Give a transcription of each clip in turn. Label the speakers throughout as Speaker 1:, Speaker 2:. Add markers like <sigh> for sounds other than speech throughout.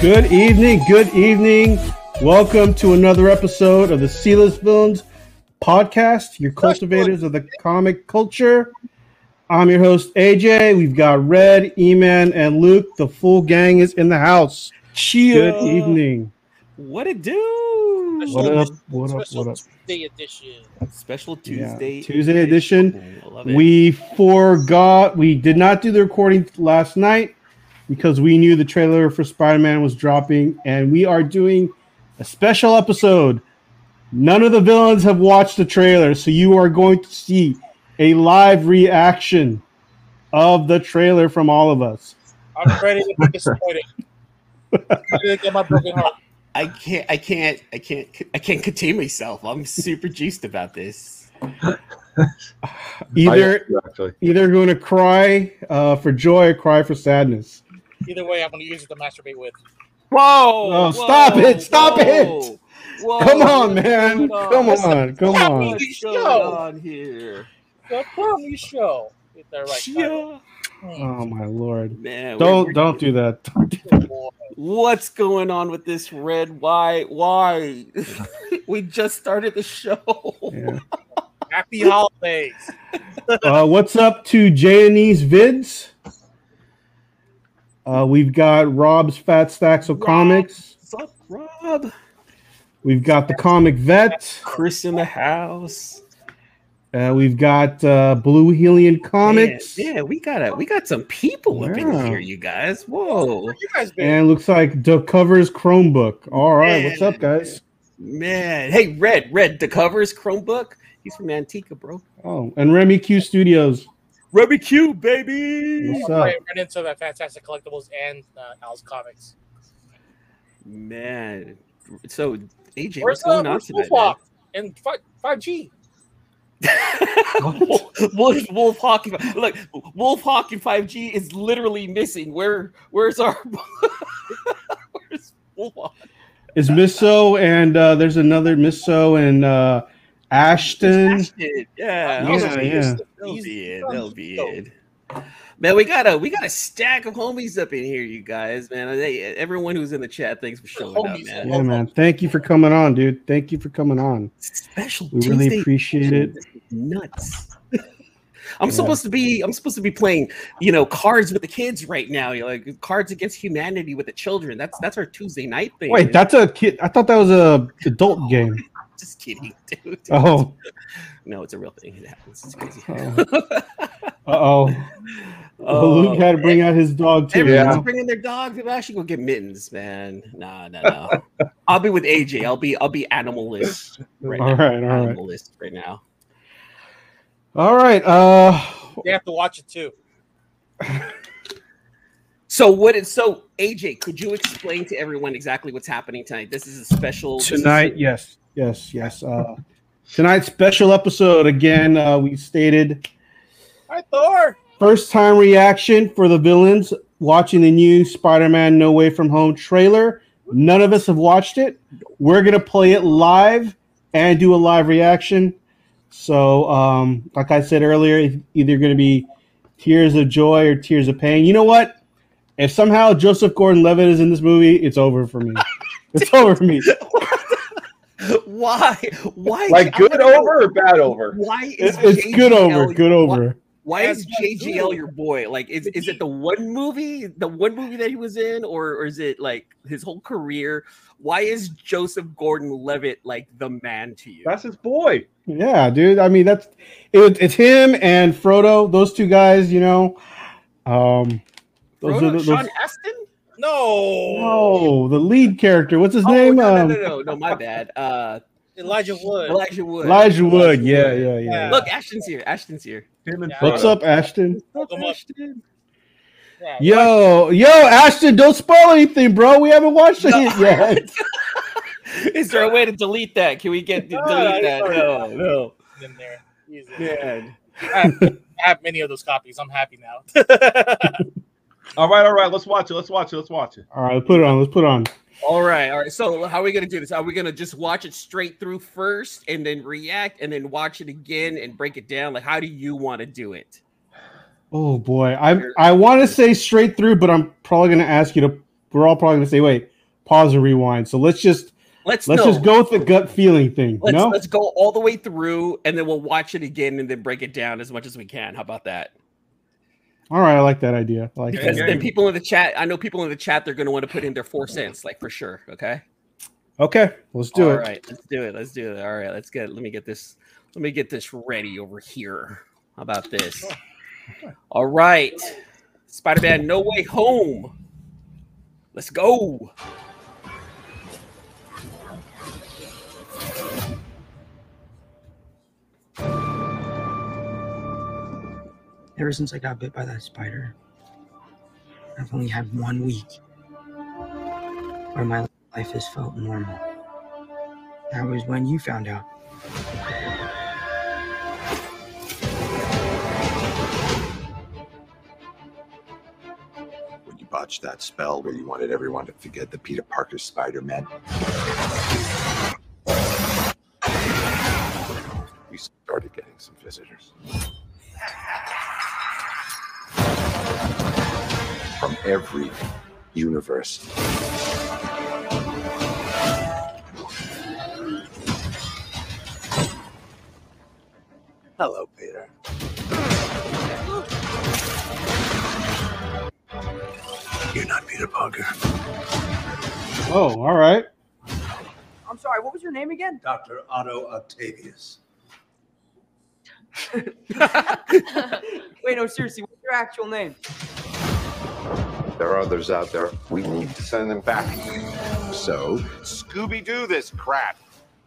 Speaker 1: Good evening. Good evening. Welcome to another episode of the Sealess Spoons podcast, your cultivators of the comic culture. I'm your host, AJ. We've got Red, E-Man, and Luke. The full gang is in the house.
Speaker 2: Chia.
Speaker 1: Good evening.
Speaker 2: What it do?
Speaker 1: What up? What up?
Speaker 3: Special
Speaker 1: What up?
Speaker 3: Tuesday edition.
Speaker 2: Special
Speaker 1: Yeah,
Speaker 2: Tuesday.
Speaker 1: Tuesday edition.
Speaker 2: I love it.
Speaker 1: We forgot. We did not do the recording last night because we knew the trailer for Spider Man was dropping, and we are doing a special episode. None of the villains have watched the trailer, so you are going to see a live reaction of the trailer from all of us.
Speaker 3: I'm ready to be
Speaker 1: <laughs>
Speaker 3: disappointed. I'm ready to get my broken heart.
Speaker 2: I can't. I can't. I can't. I can't contain myself. I'm super juiced about this.
Speaker 1: Either
Speaker 4: I, actually,
Speaker 1: either going to cry uh, for joy or cry for sadness.
Speaker 3: Either way, I'm going to use it to masturbate with.
Speaker 2: Whoa!
Speaker 1: Oh, stop it, stop it.
Speaker 2: Whoa,
Speaker 1: Come on, man! Come
Speaker 2: what's going
Speaker 1: on! Come on!
Speaker 2: What's
Speaker 3: Yo.
Speaker 2: going on here?
Speaker 3: The problem show. Get that right. title.
Speaker 2: Chia.
Speaker 3: Hmm,
Speaker 1: Oh my lord!
Speaker 2: Man, we're-
Speaker 1: Don't
Speaker 2: we're-
Speaker 1: don't do that. Don't do that.
Speaker 3: good boy.
Speaker 2: What's going on with this red?
Speaker 1: <laughs>
Speaker 2: Why? Why? <laughs> we just started the show.
Speaker 1: Yeah.
Speaker 3: Happy holidays.
Speaker 1: uh, what's up to Jayanese Vids? Uh, we've got Rob's Fat Stacks of
Speaker 2: Rob.
Speaker 1: Comics.
Speaker 2: What's up, Rob?
Speaker 1: We've got the Comic Vet.
Speaker 2: Chris in the house.
Speaker 1: Uh, we've got uh, Blue Helium Comics.
Speaker 2: Man, yeah, we got a, we got some people up in
Speaker 1: Yeah.
Speaker 2: here, you guys. Whoa,
Speaker 3: Where you guys been?
Speaker 1: And looks like the covers Chromebook. All right, what's up, guys?
Speaker 2: man. Hey, Red, Red, the covers Chromebook. He's from Antica, bro.
Speaker 1: Oh, and Remy Q Studios.
Speaker 2: Ruby Q, baby.
Speaker 1: What's
Speaker 3: I
Speaker 1: up?
Speaker 3: ran into the Fantastic Collectibles and uh, Al's Comics.
Speaker 2: Man, so AJ,
Speaker 3: Where's
Speaker 2: what's going
Speaker 3: the
Speaker 2: on
Speaker 3: where's
Speaker 2: tonight?
Speaker 3: Wolfwalk and fi- 5G?
Speaker 2: man? <laughs> Wolf, Wolf Hawk. and- Look, Wolf Hawk and Five G is literally missing. Where, where's our? <laughs> where's Wolf Hawk?
Speaker 1: It's Misso, and uh, there's another Misso and uh, Ashton.
Speaker 2: Ashton, Yeah,
Speaker 1: Yeah, yeah.
Speaker 2: They'll be it. They'll be it. Man, we got a we got a stack of homies up in here, you guys. Man, They- everyone who's in the chat, thanks for showing up,
Speaker 3: Homies.
Speaker 2: man.
Speaker 1: Yeah, man. Thank you for coming on, dude. Thank you for coming on.
Speaker 2: Special
Speaker 1: We really
Speaker 2: Tuesday
Speaker 1: appreciate it.
Speaker 2: edition. This is nuts. <laughs> I'm
Speaker 1: Yeah.
Speaker 2: supposed to be I'm supposed to be playing, you know, cards with the kids right now. You're like cards against humanity with the children. That's that's our Tuesday night thing.
Speaker 1: Wait, that's a kid. I thought that was a adult game.
Speaker 2: just kidding, <laughs> dude.
Speaker 1: Oh,
Speaker 2: no, it's a real thing. It happens. It's
Speaker 1: <laughs>
Speaker 2: crazy.
Speaker 1: uh oh.
Speaker 2: Oh.
Speaker 1: Luke had to bring out his dog too.
Speaker 2: Everyone's
Speaker 1: huh?
Speaker 2: bringing their dogs. Maybe I should go get mittens, man. Nah, nah,
Speaker 1: <laughs>
Speaker 2: nah. I'll be with AJ. I'll be I'll be animalist right
Speaker 1: All
Speaker 2: now.
Speaker 1: right, all right,
Speaker 2: Animalist right now.
Speaker 1: all right. Uh,
Speaker 3: They have to watch it too.
Speaker 2: So what is so AJ? Could you explain to everyone exactly what's happening tonight? This is a special this is-
Speaker 1: tonight, yes, yes, yes. Uh, tonight's special episode again. Uh, we stated
Speaker 3: Hi, Thor.
Speaker 1: first time reaction for the villains watching the new Spider-Man No Way From Home trailer. None of us have watched it. We're gonna play it live and do a live reaction. So, um, like I said earlier, it's either gonna be tears of joy or tears of pain. You know what? If somehow Joseph Gordon-Levitt is in this movie, it's over for me. It's over for me.
Speaker 2: <laughs> why? Why?
Speaker 4: like
Speaker 2: I
Speaker 4: good
Speaker 2: wanna know
Speaker 4: over or bad over?
Speaker 2: Why is
Speaker 1: It's, it's good over.
Speaker 2: JGL
Speaker 1: Good
Speaker 2: why-
Speaker 1: over.
Speaker 2: Why, is
Speaker 3: That's not
Speaker 2: JGL
Speaker 3: good.
Speaker 2: your boy? Like, is, is it the one movie, the one movie that he was in, or, or is it like his whole career? Why is Joseph Gordon-Levitt like the man to you?
Speaker 4: That's his boy.
Speaker 1: Yeah, dude. I mean, that's it, it's him and Frodo. Those two guys, you know. Um, those
Speaker 2: Frodo-
Speaker 1: are the,
Speaker 2: Sean
Speaker 1: those,
Speaker 2: Astin?
Speaker 3: No.
Speaker 1: no, the lead character. What's his
Speaker 2: Oh,
Speaker 1: name?
Speaker 2: No, no,
Speaker 1: um,
Speaker 2: no, no, no, my bad. Uh,
Speaker 3: Elijah Wood.
Speaker 2: Elijah Wood.
Speaker 1: Elijah Wood. Yeah, yeah, yeah.
Speaker 3: Yeah.
Speaker 2: Look, Ashton's here. Ashton's here.
Speaker 4: Him and
Speaker 3: Yeah.
Speaker 1: What's up, Ashton?
Speaker 3: Look him up.
Speaker 2: Ashton.
Speaker 3: Yeah.
Speaker 1: Yo, yo, Ashton, don't spoil anything, bro. We haven't watched
Speaker 2: No.
Speaker 1: it
Speaker 2: <laughs>
Speaker 1: yet.
Speaker 2: Is there a way to delete that? Can we get
Speaker 1: Ah,
Speaker 3: No,
Speaker 2: delete that?
Speaker 3: sorry.
Speaker 2: No, no.
Speaker 3: in there. He's in
Speaker 1: Oh,
Speaker 3: there.
Speaker 2: Man.
Speaker 3: I have many of those copies. I'm happy now. <laughs>
Speaker 4: All right, all right. Let's watch it. Let's watch it. Let's watch it.
Speaker 1: All right, let's put it on. Let's put it on.
Speaker 2: All right, all right. So how are we gonna do this? Are we gonna just watch it straight through first and then react and then watch it again and break it down? Like, how do you want to do it?
Speaker 1: Oh boy, I I want to say straight through, but I'm probably gonna ask you to. We're all probably gonna say, wait, pause and rewind. So let's just
Speaker 2: Let's
Speaker 1: let's
Speaker 2: no.
Speaker 1: just go with the gut feeling thing.
Speaker 2: Let's
Speaker 1: no,
Speaker 2: let's go all the way through, and then we'll watch it again, and then break it down as much as we can. How about that?
Speaker 1: all right, I like that idea. I like
Speaker 2: Because
Speaker 1: that.
Speaker 4: Okay.
Speaker 2: then people in the chat, I know people in the chat, they're going to want to put in their four cents, like for sure. Okay.
Speaker 1: Okay, let's do
Speaker 2: All
Speaker 1: it.
Speaker 2: right, let's do it. Let's do it. All right, let's get. Let me get this. Let me get this ready over here. How about
Speaker 1: <laughs>
Speaker 2: this? All right, Spider-Man: No Way Home. Let's go. <laughs>
Speaker 5: Ever since I got bit by that spider, I've only had one week where my life has felt normal. That was when you found out.
Speaker 6: when you botched that spell where you wanted everyone to forget the Peter Parker Spider Man. We started getting some visitors. From every universe. Hello, Peter. You're not Peter Parker.
Speaker 1: Oh, all right.
Speaker 7: I'm sorry, what was your name again?
Speaker 6: Dr. Otto Octavius.
Speaker 7: Wait, no, seriously, what's your actual name?
Speaker 6: There are others out there. We need to send them back. So, Scooby Doo this crap.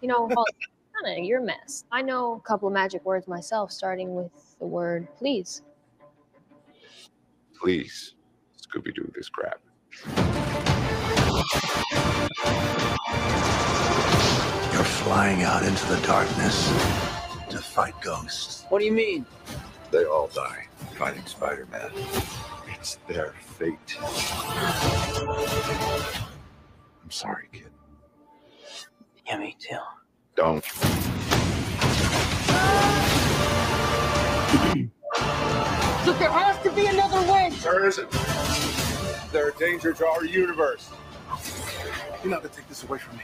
Speaker 8: You know, Hulk, kinda, you're a mess. I know a couple of magic words myself, starting with the word please.
Speaker 6: Please, Scooby Doo this crap. You're flying out into the darkness to fight ghosts.
Speaker 7: What do you mean?
Speaker 6: They all die fighting Spider Man. It's their fate. I'm sorry, kid.
Speaker 5: Yeah, me too.
Speaker 6: Don't.
Speaker 7: Look, there has to be another way.
Speaker 6: There isn't. They're a danger to our universe. You're not gonna take this away from me.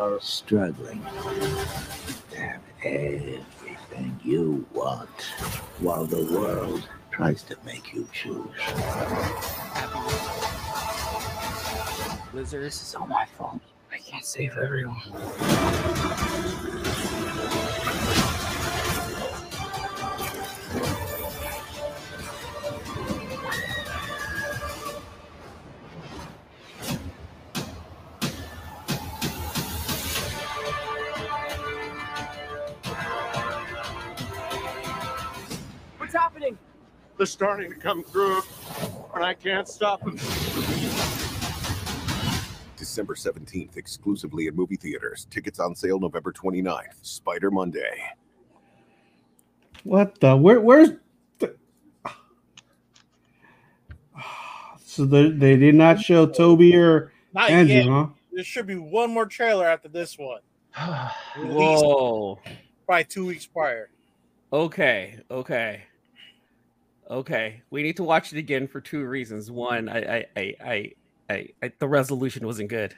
Speaker 9: are struggling to have everything you want while the world tries to make you choose.
Speaker 2: Lizards.
Speaker 5: This is all my fault. I can't save everyone.
Speaker 7: What's happening?
Speaker 6: They're starting to come through, and I can't stop them.
Speaker 10: December 17th, exclusively at movie theaters. Tickets on sale November 29th. Spider Monday.
Speaker 1: What the? Where? Where's? The... <sighs> So they they did not show Toby or
Speaker 3: Not
Speaker 1: Andrew,
Speaker 3: yet.
Speaker 1: huh?
Speaker 3: There should be one more trailer after this one.
Speaker 1: <sighs>
Speaker 3: Released
Speaker 2: Whoa.
Speaker 3: by two weeks prior.
Speaker 2: Okay. Okay. Okay. We need to watch it again for two reasons. One, I, I, I, I, I, I the resolution wasn't good.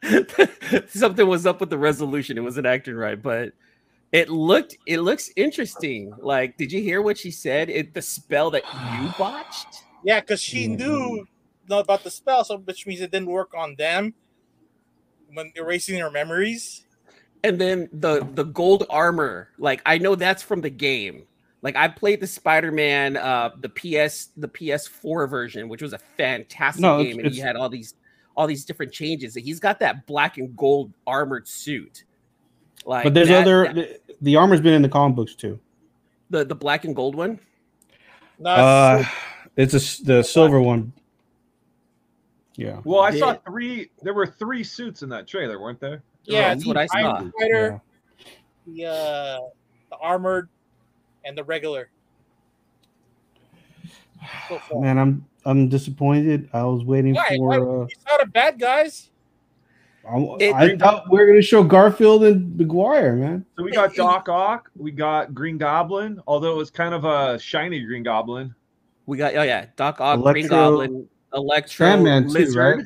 Speaker 2: <laughs> Something was up with the resolution. It wasn't acting right, but it looked it looks interesting. Like, did you hear what she said? It the spell that you botched.
Speaker 3: Yeah, because she
Speaker 1: Mm-hmm.
Speaker 3: knew not about the spell, so which means it didn't work on them when erasing their memories.
Speaker 2: and then the the gold armor like i know that's from the game like i played the spider-man uh the ps the ps4 version which was a fantastic
Speaker 1: No, it's-
Speaker 2: game and he
Speaker 1: it's-
Speaker 2: had all these all these different changes and he's got that black and gold armored suit like
Speaker 1: But there's
Speaker 2: that-
Speaker 1: other.
Speaker 2: that-
Speaker 1: The, the armor's been in the comic books too.
Speaker 2: the the black and gold one
Speaker 3: Not
Speaker 1: Uh, it's a s the silver one. Yeah.
Speaker 4: Well, I saw
Speaker 2: Yeah.
Speaker 4: three. There were three suits in that trailer, weren't there?
Speaker 3: Yeah,
Speaker 2: that's what i saw
Speaker 3: Iron Spider, the uh, the armored, and the regular. So
Speaker 1: yeah.
Speaker 3: far.
Speaker 1: Man, I'm I'm disappointed. I was waiting
Speaker 3: Why?
Speaker 1: for. Uh,
Speaker 3: He's not a bad guys.
Speaker 1: I,
Speaker 2: It-
Speaker 1: I thought we were gonna show Garfield and McGuire, man.
Speaker 4: So we got Doc Ock, we got Green Goblin, although it was kind of a shiny Green Goblin.
Speaker 2: We got oh yeah, Doc Ock, Green
Speaker 1: Electro-
Speaker 2: Goblin, Electro,
Speaker 1: Sandman too,
Speaker 2: Lizard,
Speaker 1: right?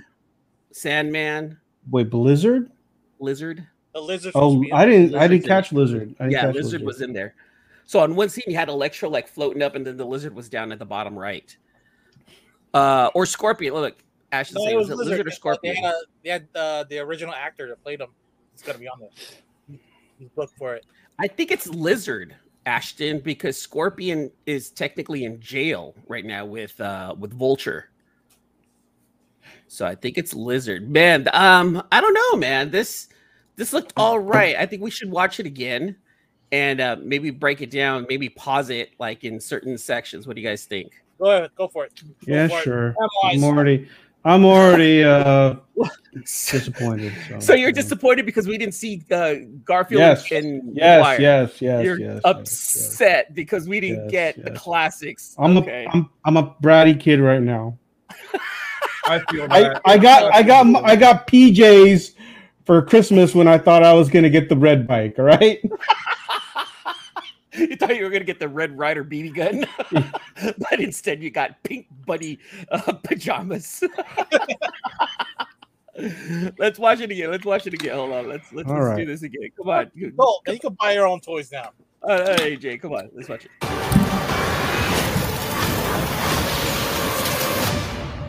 Speaker 2: Sandman,
Speaker 1: Wait, Blizzard?
Speaker 2: Lizard.
Speaker 3: The lizard.
Speaker 1: Oh, I didn't. I didn't
Speaker 2: Lizard's in
Speaker 1: catch
Speaker 2: it.
Speaker 1: Lizard. I didn't
Speaker 2: yeah,
Speaker 1: catch
Speaker 2: lizard, was in there. So on one scene, you had Electro like floating up, and then the lizard was down at the bottom right. Uh, or Scorpion. Look, Ash is
Speaker 3: No,
Speaker 2: saying,
Speaker 3: Oh, it was
Speaker 2: it
Speaker 3: lizard.
Speaker 2: lizard or
Speaker 3: They
Speaker 2: Scorpion?
Speaker 3: had, uh, they had uh, the original actor that played him. It's gotta be on there. He's booked for it.
Speaker 2: I think it's lizard, Ashton, because Scorpion is technically in jail right now with uh with Vulture. So I think it's lizard. Man, um, I don't know, man. This this looked all right. I think we should watch it again and uh maybe break it down, maybe pause it like in certain sections. What do you guys think?
Speaker 3: Go ahead, go for it.
Speaker 1: Yeah,
Speaker 3: for it.
Speaker 1: sure.
Speaker 3: Otherwise-
Speaker 1: I'm already. I'm already uh,
Speaker 2: <laughs>
Speaker 1: disappointed. So,
Speaker 2: So you're disappointed because we didn't see uh, Garfield
Speaker 1: Yes.
Speaker 2: and
Speaker 1: Yes,
Speaker 2: Maguire.
Speaker 1: yes, yes,
Speaker 2: You're
Speaker 1: yes, yes,
Speaker 2: upset because we
Speaker 1: Yes,
Speaker 2: didn't get the
Speaker 1: yes. Oh.
Speaker 2: classics.
Speaker 1: I'm
Speaker 2: okay.
Speaker 1: a. I'm, I'm a bratty kid right now.
Speaker 4: I feel
Speaker 1: I,
Speaker 4: that.
Speaker 1: I got I got m- I got PJs for Christmas when I thought I was gonna get the red bike. All
Speaker 2: <laughs>
Speaker 1: right.
Speaker 2: <laughs> you thought you were gonna get the Red Rider BB gun, <laughs> but instead you got pink bunny uh, pajamas. <laughs> let's watch it again. Let's watch it again. Hold on. Let's let's,
Speaker 1: All
Speaker 2: let's do
Speaker 1: right.
Speaker 2: this again. Come on.
Speaker 3: Go. You can buy your own toys now.
Speaker 2: Uh, hey, Jay, come on. Let's watch it.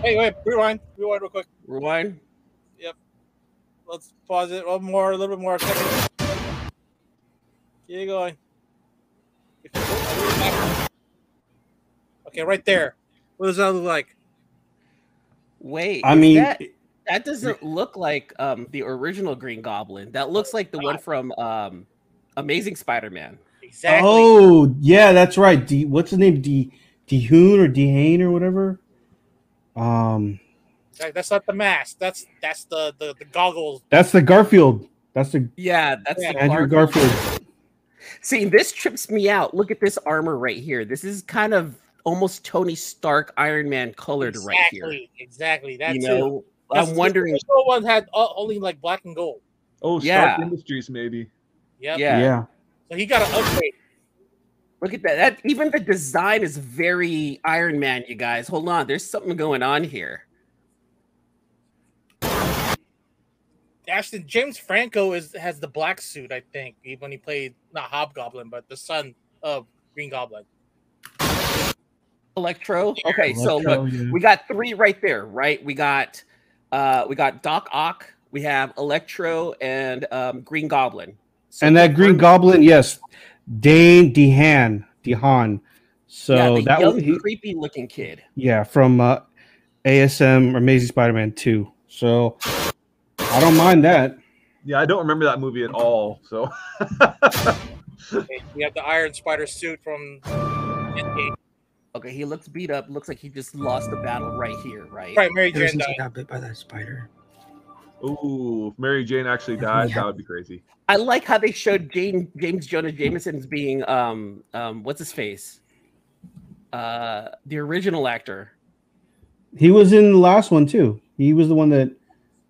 Speaker 3: Hey, wait, rewind, rewind real quick.
Speaker 2: Rewind.
Speaker 3: Yep. Let's pause it one more, a little bit more. Second. Keep going. Okay, right there. What does that look like?
Speaker 2: Wait.
Speaker 1: I
Speaker 2: is
Speaker 1: mean,
Speaker 2: that, that doesn't look like um the original Green Goblin. That looks like the one from um Amazing Spider-Man.
Speaker 3: Exactly.
Speaker 1: Oh yeah, that's right. D, what's his name? D Dehoon or Dehane or whatever. Um,
Speaker 3: That- That's not the mask. That's that's the the, the goggles.
Speaker 1: that's the Garfield. That's the
Speaker 2: Yeah, that's the
Speaker 1: Andrew
Speaker 2: Clark-
Speaker 1: Garfield.
Speaker 2: See, this trips me out. Look at this armor right here. This is kind of almost Tony Stark Iron Man colored
Speaker 3: exactly,
Speaker 2: right here.
Speaker 3: Exactly. That's
Speaker 2: you
Speaker 3: it.
Speaker 2: know,
Speaker 3: That's
Speaker 2: I'm wondering.
Speaker 3: The original one had o- only like black and gold.
Speaker 4: Oh,
Speaker 2: Yeah.
Speaker 4: Stark Industries maybe.
Speaker 3: Yep.
Speaker 2: Yeah.
Speaker 1: yeah.
Speaker 3: So he got an upgrade.
Speaker 2: Look at that. That even the design is very Iron Man. You guys, hold on. There's something going on here.
Speaker 3: Ashton James Franco is has the black suit, I think, he- when he played not Hobgoblin, but the son of
Speaker 2: <laughs>
Speaker 3: Green Goblin.
Speaker 2: Electro. Okay, so
Speaker 1: Electro,
Speaker 2: Oh, look,
Speaker 1: yeah.
Speaker 2: we got three right there, right? We got, uh, we got Doc Ock. We have Electro and um, Green Goblin. So
Speaker 1: and that
Speaker 2: the
Speaker 1: Green
Speaker 2: first-
Speaker 1: Goblin, yes, Dane Dehan Dehan. So
Speaker 2: yeah, the
Speaker 1: that
Speaker 2: young,
Speaker 1: was he,
Speaker 2: creepy looking kid.
Speaker 1: yeah from uh, ASM or Amazing Spider-Man two. So I don't mind that.
Speaker 4: Yeah, I don't remember that movie at all. So <laughs>
Speaker 3: Okay, We have the Iron Spider suit from Endgame.
Speaker 2: Okay, he looks beat up. Looks like he just lost the battle right here, right?
Speaker 3: Primary
Speaker 5: Ever
Speaker 3: Jane
Speaker 5: since I
Speaker 3: died.
Speaker 5: got bit by that spider,
Speaker 4: ooh, if Mary Jane actually died, that would be crazy.
Speaker 2: I like how they showed Jane, James Jonah Jameson as being um um what's his face? Uh the original actor.
Speaker 1: He was in the last one too. He was the one that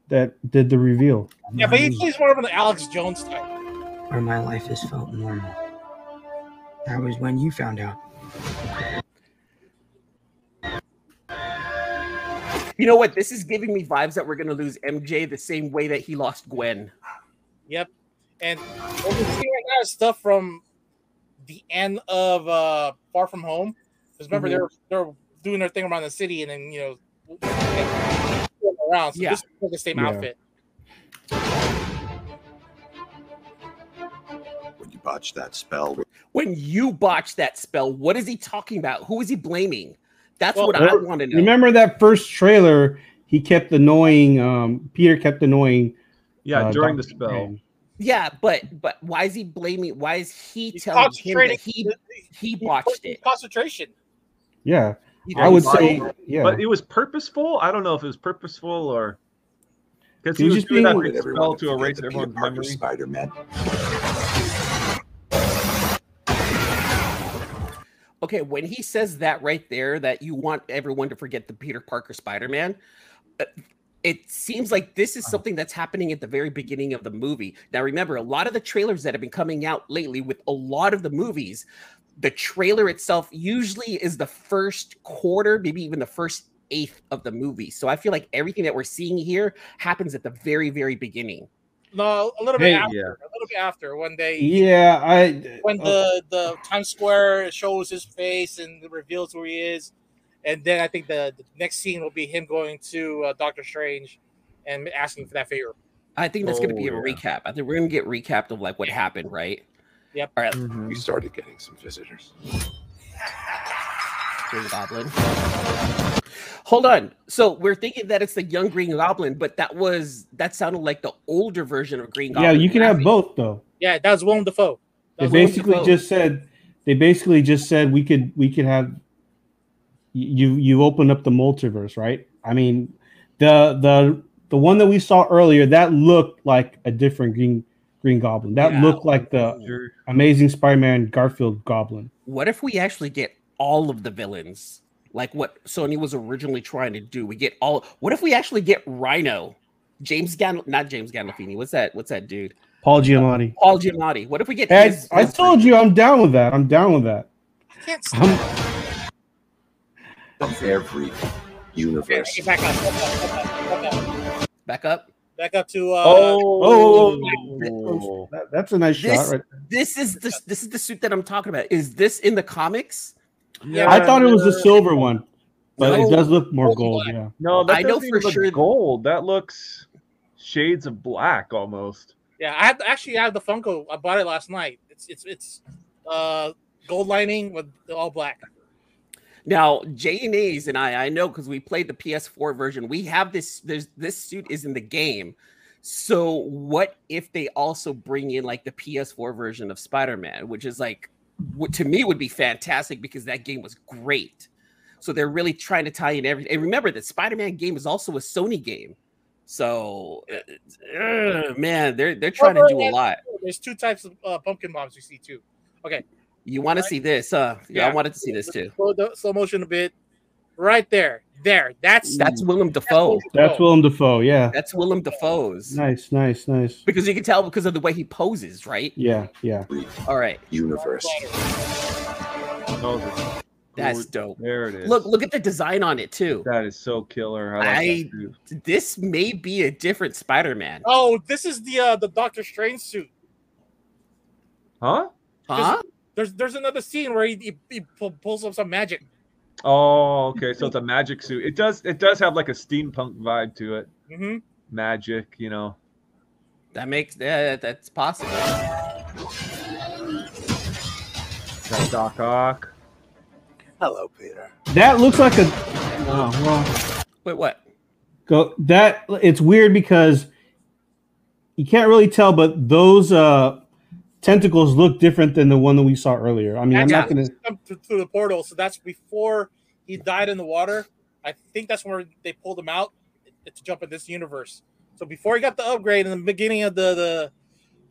Speaker 1: that did the reveal. Mm-hmm.
Speaker 3: Yeah, but he
Speaker 5: Nani,
Speaker 3: plays more of an Alex Jones type.
Speaker 5: where my life has felt normal. That was when you found out.
Speaker 2: You know what? This is giving me vibes that we're gonna lose MJ the same way that he lost Gwen.
Speaker 3: Yep. And what we see right now is stuff from the end of uh Far From Home. Because remember they're they're doing their thing around the city and then you know <laughs> around. So
Speaker 2: Yeah.
Speaker 3: this is the same
Speaker 1: Yeah.
Speaker 3: outfit.
Speaker 10: When you botch that spell,
Speaker 2: When you botch that spell, what is he talking about? Who is he blaming? That's
Speaker 3: Well,
Speaker 2: what I want to know.
Speaker 1: Remember that first trailer? He kept annoying. Um, Peter kept annoying.
Speaker 4: Yeah,
Speaker 1: uh,
Speaker 4: during the
Speaker 1: Dr.
Speaker 4: spell.
Speaker 1: Dane.
Speaker 2: yeah, but but why is he blaming? Why is he
Speaker 3: He's
Speaker 2: telling him that
Speaker 3: concentrating-
Speaker 2: he he botched it?
Speaker 3: Concentration.
Speaker 1: Yeah,
Speaker 2: You
Speaker 1: I
Speaker 2: know,
Speaker 1: would
Speaker 2: he-
Speaker 1: say yeah.
Speaker 4: But it was purposeful. I don't know if it was purposeful or because he
Speaker 1: He was
Speaker 4: was,
Speaker 1: just
Speaker 4: doing that
Speaker 1: being-
Speaker 4: big spell to erase everyone's memory.
Speaker 10: Spider Man.
Speaker 2: okay, when he says that right there, that you want everyone to forget the Peter Parker Spider Man, it seems like this is something that's happening at the very beginning of the movie. Now, remember, a lot of the trailers that have been coming out lately with a lot of the movies, the trailer itself usually is the first quarter, maybe even the first eighth of the movie. So I feel like everything that we're seeing here happens at the very, very beginning.
Speaker 3: No, a little
Speaker 2: Hey,
Speaker 3: bit after.
Speaker 2: yeah.
Speaker 3: A little bit after when they
Speaker 1: Yeah, I
Speaker 3: when the the Times Square shows his face and reveals who he is, and then I think the, the next scene will be him going to uh, Doctor Strange and asking for that favor.
Speaker 2: I think that's going to be a
Speaker 3: Oh,
Speaker 2: recap. I think we're going to get recapped of like what happened, right?
Speaker 3: Yep.
Speaker 2: All right.
Speaker 1: Mm-hmm.
Speaker 6: We started getting some visitors.
Speaker 2: Green Goblin. Hold on. So we're thinking that it's the young Green Goblin, but that was that sounded like the older version of Green
Speaker 1: yeah,
Speaker 2: Goblin.
Speaker 1: you can have both though.
Speaker 3: Yeah, that was Willem Dafoe.
Speaker 1: They basically just said they basically just said we could we could have you you opened up the multiverse, right? I mean, the the the one that we saw earlier that looked like a different green green goblin. That
Speaker 2: Yeah.
Speaker 1: looked like
Speaker 2: Oh.
Speaker 4: Uh,
Speaker 1: the Amazing Spider-Man Garfield Goblin.
Speaker 2: What if we actually get all of the villains, like what Sony was originally trying to do? We get all. What if we actually get Rhino, James Gandal, not James Gandolfini. What's that? What's that dude?
Speaker 1: Paul Giamatti.
Speaker 2: Paul Giamatti. What if we get?
Speaker 1: And
Speaker 2: his-
Speaker 1: I told you I'm down with that. I'm down with that. I'm-
Speaker 9: Of every universe.
Speaker 3: back up, back up, back up, back up.
Speaker 2: Back up.
Speaker 3: Back up to uh,
Speaker 1: oh, That- that's a nice
Speaker 2: This,
Speaker 1: shot right there.
Speaker 2: this is the this is the suit that I'm talking about. Is this in the comics?
Speaker 1: I thought it was the silver one, but
Speaker 2: No.
Speaker 1: it does look more gold. Yeah.
Speaker 4: No, that
Speaker 2: I know
Speaker 4: doesn't
Speaker 2: for
Speaker 4: even look
Speaker 2: sure-
Speaker 4: gold. That looks shades of black almost.
Speaker 3: yeah, I have, actually I have the Funko. I bought it last night. It's it's it's uh, gold lining with all black.
Speaker 2: Now, J and A's and I, I know because we played the PS4 version. We have this. There's this suit is in the game. So what if they also bring in like the PS4 version of Spider-Man, which is like, what to me would be fantastic because that game was great. So they're really trying to tie in everything. And remember that Spider-Man game is also a Sony game. So uh, uh, man, they're they're trying to do a lot.
Speaker 3: There's two types of uh, pumpkin bombs you see too. Okay,
Speaker 2: You want to see this, huh? Yeah, I
Speaker 3: Yeah.
Speaker 2: wanted to see this too.
Speaker 3: slow, the, slow motion a bit. Right there, there. That's
Speaker 2: That's Willem Dafoe.
Speaker 1: That's Willem Dafoe. Yeah.
Speaker 2: That's Willem Dafoe's.
Speaker 1: Nice, nice, nice.
Speaker 2: Because you can tell because of the way he poses, right?
Speaker 1: Yeah, yeah.
Speaker 2: All right.
Speaker 9: Universe.
Speaker 2: That's dope.
Speaker 4: Oh, There it is.
Speaker 2: Look, look at the design on it too.
Speaker 4: That is so killer. I, like
Speaker 2: I
Speaker 4: that too.
Speaker 2: this may be a different Spider-Man.
Speaker 3: Oh, this is the uh, the Doctor Strange suit.
Speaker 4: Huh?
Speaker 1: Oh,
Speaker 3: There's- There's there's another scene where he, he, he pull- pulls up some magic.
Speaker 4: Oh, okay. So it's a magic suit. It does it does have like a steampunk vibe to it.
Speaker 3: Mhm.
Speaker 4: Magic, you know.
Speaker 2: That makes that that's possible.
Speaker 4: Got Doc Ock.
Speaker 9: Hello, Peter.
Speaker 1: That looks like a. Oh, well,
Speaker 2: Wait, what?
Speaker 1: go that. It's weird because you can't really tell, but those uh tentacles look different than the one that we saw earlier. I mean, I'm not gonna.
Speaker 3: Come th- through the portal, so that's before he died in the water. I think that's where they pulled him out to jump in this universe. So before he got the upgrade in the beginning of the the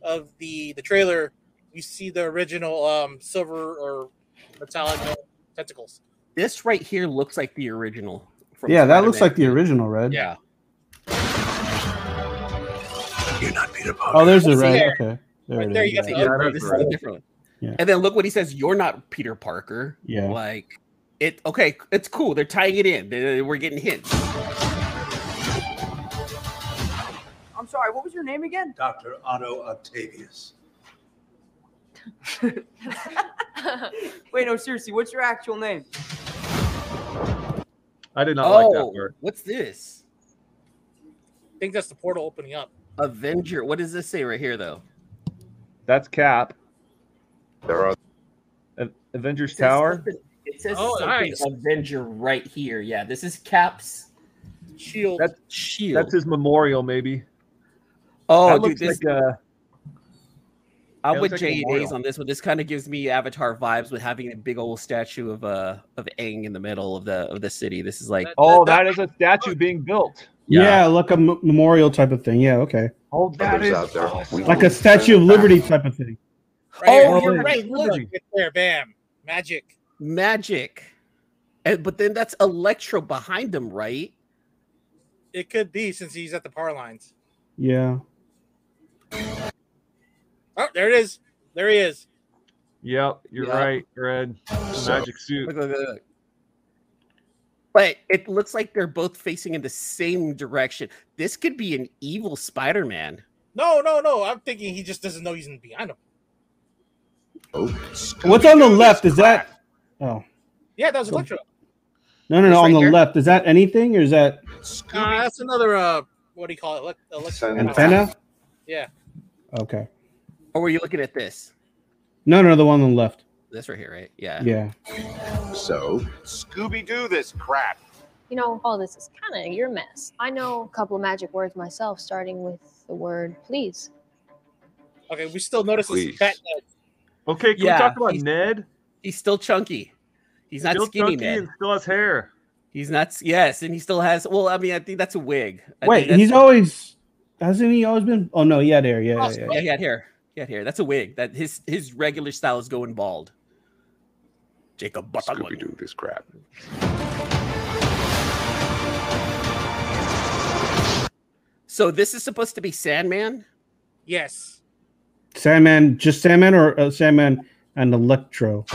Speaker 3: of the the trailer, you see the original um silver or metallic tentacles.
Speaker 2: This right here looks like the original. from
Speaker 1: Yeah, that looks
Speaker 2: Spider-Man.
Speaker 1: like the original red.
Speaker 2: Yeah.
Speaker 9: You're not Peter Parker.
Speaker 1: Oh, there's a
Speaker 2: See
Speaker 1: red.
Speaker 2: there.
Speaker 1: Okay. There
Speaker 2: Right
Speaker 1: it
Speaker 2: there,
Speaker 1: is.
Speaker 2: you got the
Speaker 1: Yeah.
Speaker 2: other- this is a different one.
Speaker 1: Yeah.
Speaker 2: And then look what he says. You're not Peter Parker.
Speaker 1: Yeah.
Speaker 2: Like it. Okay, it's cool. They're tying it in. They- We're getting hints.
Speaker 7: I'm sorry, what was your name again?
Speaker 9: Dr. Otto Octavius.
Speaker 7: Wait, no, seriously, what's your actual name?
Speaker 4: I did not like that word.
Speaker 2: Oh, What's this?
Speaker 3: I think that's the portal opening up.
Speaker 2: Avenger. What does this say right here though?
Speaker 4: That's Cap.
Speaker 6: There are
Speaker 4: Avengers Tower.
Speaker 2: It says
Speaker 3: Oh,
Speaker 2: something
Speaker 3: nice.
Speaker 2: Avenger right here. Yeah, this is Cap's
Speaker 3: shield.
Speaker 4: That's
Speaker 2: shield.
Speaker 4: That's his memorial, maybe.
Speaker 2: Oh,
Speaker 4: That
Speaker 2: dude,
Speaker 4: looks
Speaker 2: this-
Speaker 4: like a-
Speaker 2: I'm
Speaker 4: it
Speaker 2: with
Speaker 4: looks like
Speaker 2: J and A's
Speaker 4: memorial.
Speaker 2: on this one. This kind of gives me Avatar vibes with having a big old statue of uh of Aang in the middle of the of the city. This is like
Speaker 4: Oh, that is a statue being built.
Speaker 1: Yeah, like a m- memorial type of thing. Yeah, okay.
Speaker 4: Oh, that
Speaker 6: others
Speaker 4: is
Speaker 6: out there. We
Speaker 1: Like a Statue of Liberty type of thing.
Speaker 2: oh,
Speaker 3: here.
Speaker 2: you're
Speaker 3: Yeah,
Speaker 2: right. Look,
Speaker 3: Right there, bam, magic.
Speaker 2: magic. And, but then that's Electro behind him, right?
Speaker 3: It could be since he's at the power lines.
Speaker 1: Yeah.
Speaker 3: Oh, there it is. There he is.
Speaker 4: Yep, you're
Speaker 2: Yeah.
Speaker 4: right, Red. The
Speaker 2: So-
Speaker 4: magic suit.
Speaker 2: Look, look, look, look. But it looks like they're both facing in the same direction. This could be an evil Spider-Man.
Speaker 3: No, no, no. I'm thinking he just doesn't know he's in behind him.
Speaker 1: What's on the left? Is that? Oh
Speaker 3: Yeah, that was Electro.
Speaker 1: no, no, no! On the left, is that anything or is that
Speaker 3: Uh, that's another uh, what do you call it? Elect- electro-
Speaker 1: antenna?
Speaker 3: Yeah.
Speaker 1: Okay.
Speaker 2: Or were Oh, you looking at this?
Speaker 1: No, no, the one on the left.
Speaker 2: This right here, right? Yeah.
Speaker 1: Yeah.
Speaker 6: So Scooby Doo this crap.
Speaker 8: <laughs> You know, all this is kind of your mess. I know a couple of magic words myself, starting with the word please.
Speaker 3: Okay, we still notice this
Speaker 6: Please.
Speaker 3: fat Ned.
Speaker 4: Okay, can
Speaker 2: Yeah,
Speaker 4: we talk about
Speaker 2: he's-
Speaker 4: Ned?
Speaker 2: He's still chunky. He's not
Speaker 4: Still
Speaker 2: skinny,
Speaker 4: chunky
Speaker 2: man.
Speaker 4: and still has hair.
Speaker 2: He's not. s- Yes, and he still has. Well, I mean, I think that's a wig. I think
Speaker 1: Wait,
Speaker 2: that's-
Speaker 1: he's always hasn't he always been? Oh no, yeah, there, yeah, yeah,
Speaker 2: yeah,
Speaker 1: yeah.
Speaker 2: he had hair. He had hair. That's a wig. That his his regular style is going bald.
Speaker 10: Scooby
Speaker 2: Jacob Butterwood.
Speaker 10: Doo this crap.
Speaker 2: So this is supposed to be Sandman.
Speaker 3: Yes.
Speaker 1: Sandman, just Sandman or uh, Sandman and Electro.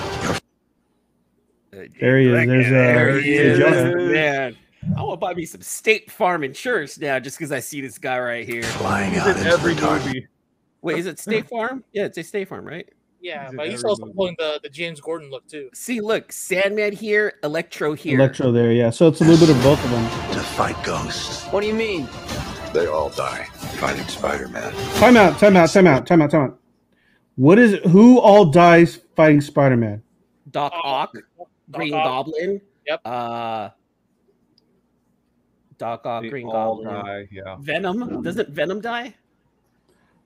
Speaker 1: There he is. There's uh,
Speaker 2: There he is,
Speaker 1: Jonah.
Speaker 2: man. I want to buy me some State Farm insurance now, just because I see this guy right here.
Speaker 9: Flying
Speaker 4: He's
Speaker 9: out
Speaker 4: in
Speaker 9: into
Speaker 4: every
Speaker 9: the dark.
Speaker 4: movie.
Speaker 2: Wait, is it State Farm? Yeah, it's a State Farm, right?
Speaker 3: Yeah,
Speaker 4: He's in
Speaker 3: but he's
Speaker 4: every
Speaker 3: also
Speaker 4: movie.
Speaker 3: pulling the, the James Gordon look too.
Speaker 2: See, look, Sandman here, Electro here.
Speaker 1: Electro there, yeah. So it's a little bit of both of them.
Speaker 9: To fight ghosts.
Speaker 7: What do you mean?
Speaker 9: They all die fighting Spider-Man.
Speaker 1: Time out, time out, time out, time out, time out. What is who all dies fighting Spider Man?
Speaker 2: Doc
Speaker 3: Um,
Speaker 2: Ock, Green
Speaker 3: Ock.
Speaker 2: Goblin.
Speaker 3: Yep.
Speaker 2: Uh, Doc Ock,
Speaker 4: They
Speaker 2: Green
Speaker 4: all
Speaker 2: Goblin.
Speaker 4: die, Yeah.
Speaker 2: Venom. Doesn't Venom die?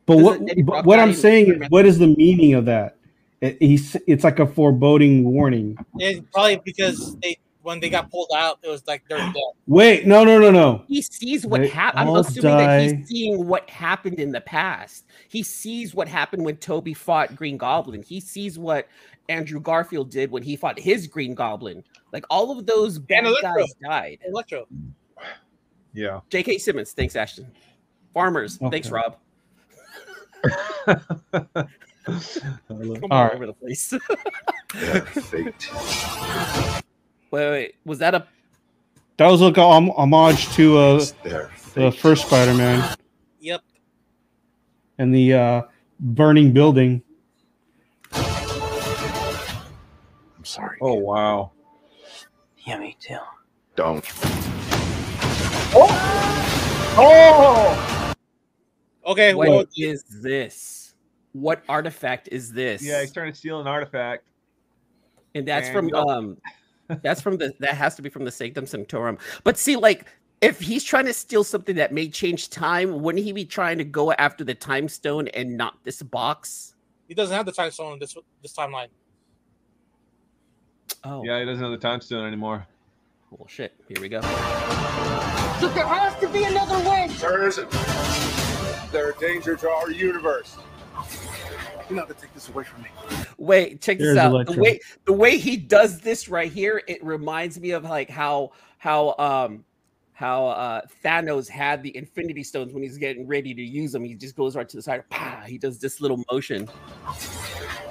Speaker 1: But
Speaker 2: Doesn't
Speaker 1: what
Speaker 2: Eddie
Speaker 1: but
Speaker 2: Brock
Speaker 1: what
Speaker 2: die
Speaker 1: I'm
Speaker 2: in
Speaker 1: saying is,
Speaker 2: Spider-Man?
Speaker 1: what is the meaning of that? It, he's it's like a foreboding warning.
Speaker 3: And probably because they when they got pulled out, it was <gasps> like they're dead.
Speaker 1: Wait, no, no, no, no.
Speaker 2: He sees what
Speaker 1: They
Speaker 2: happened. I'm
Speaker 1: all
Speaker 2: assuming that
Speaker 1: die.
Speaker 2: he's seeing what happened in the past. He sees what happened when Toby fought Green Goblin. He sees what Andrew Garfield did when he fought his Green Goblin. Like all of those bad
Speaker 3: Electro.
Speaker 2: guys died.
Speaker 3: Electro.
Speaker 4: Yeah.
Speaker 2: J.K. Simmons. Thanks, Ashton. Farmers. Thanks,
Speaker 1: Okay.
Speaker 2: Rob. I'm all
Speaker 1: All right.
Speaker 2: over the place. <laughs>
Speaker 9: They're faked.
Speaker 2: wait, wait. Was that a
Speaker 1: That was like a hom- homage to uh,
Speaker 9: They're
Speaker 1: the
Speaker 9: faked.
Speaker 1: first Spider Man
Speaker 3: Yep.
Speaker 1: and the uh, burning building.
Speaker 9: I'm sorry.
Speaker 4: Oh wow.
Speaker 5: Yeah, me too.
Speaker 6: Don't.
Speaker 3: Okay,
Speaker 2: <laughs>
Speaker 3: well,
Speaker 2: What is this? What artifact is this?
Speaker 4: Yeah, he's trying to steal an artifact.
Speaker 2: and that's
Speaker 4: Man,
Speaker 2: from
Speaker 4: y'all- <laughs>
Speaker 2: um, that's from the that has to be from the Sanctum Sanctorum. But see, like if he's trying to steal something that may change time, wouldn't he be trying to go after the time stone and not this box?
Speaker 3: he doesn't have the time stone in this this timeline.
Speaker 2: Oh,
Speaker 4: Yeah, he doesn't have the time stone anymore.
Speaker 2: well, shit. Here we go.
Speaker 11: So there has to be another way.
Speaker 6: There isn't. They're a danger to our universe.
Speaker 9: You're not gonna take this away from me.
Speaker 2: Wait, check this
Speaker 1: There's
Speaker 2: out. The
Speaker 1: Electro.
Speaker 2: way the way he does this right here, it reminds me of like how how um how uh Thanos had the Infinity Stones when he's getting ready to use them. He just goes right to the side. Pow, he does this little motion.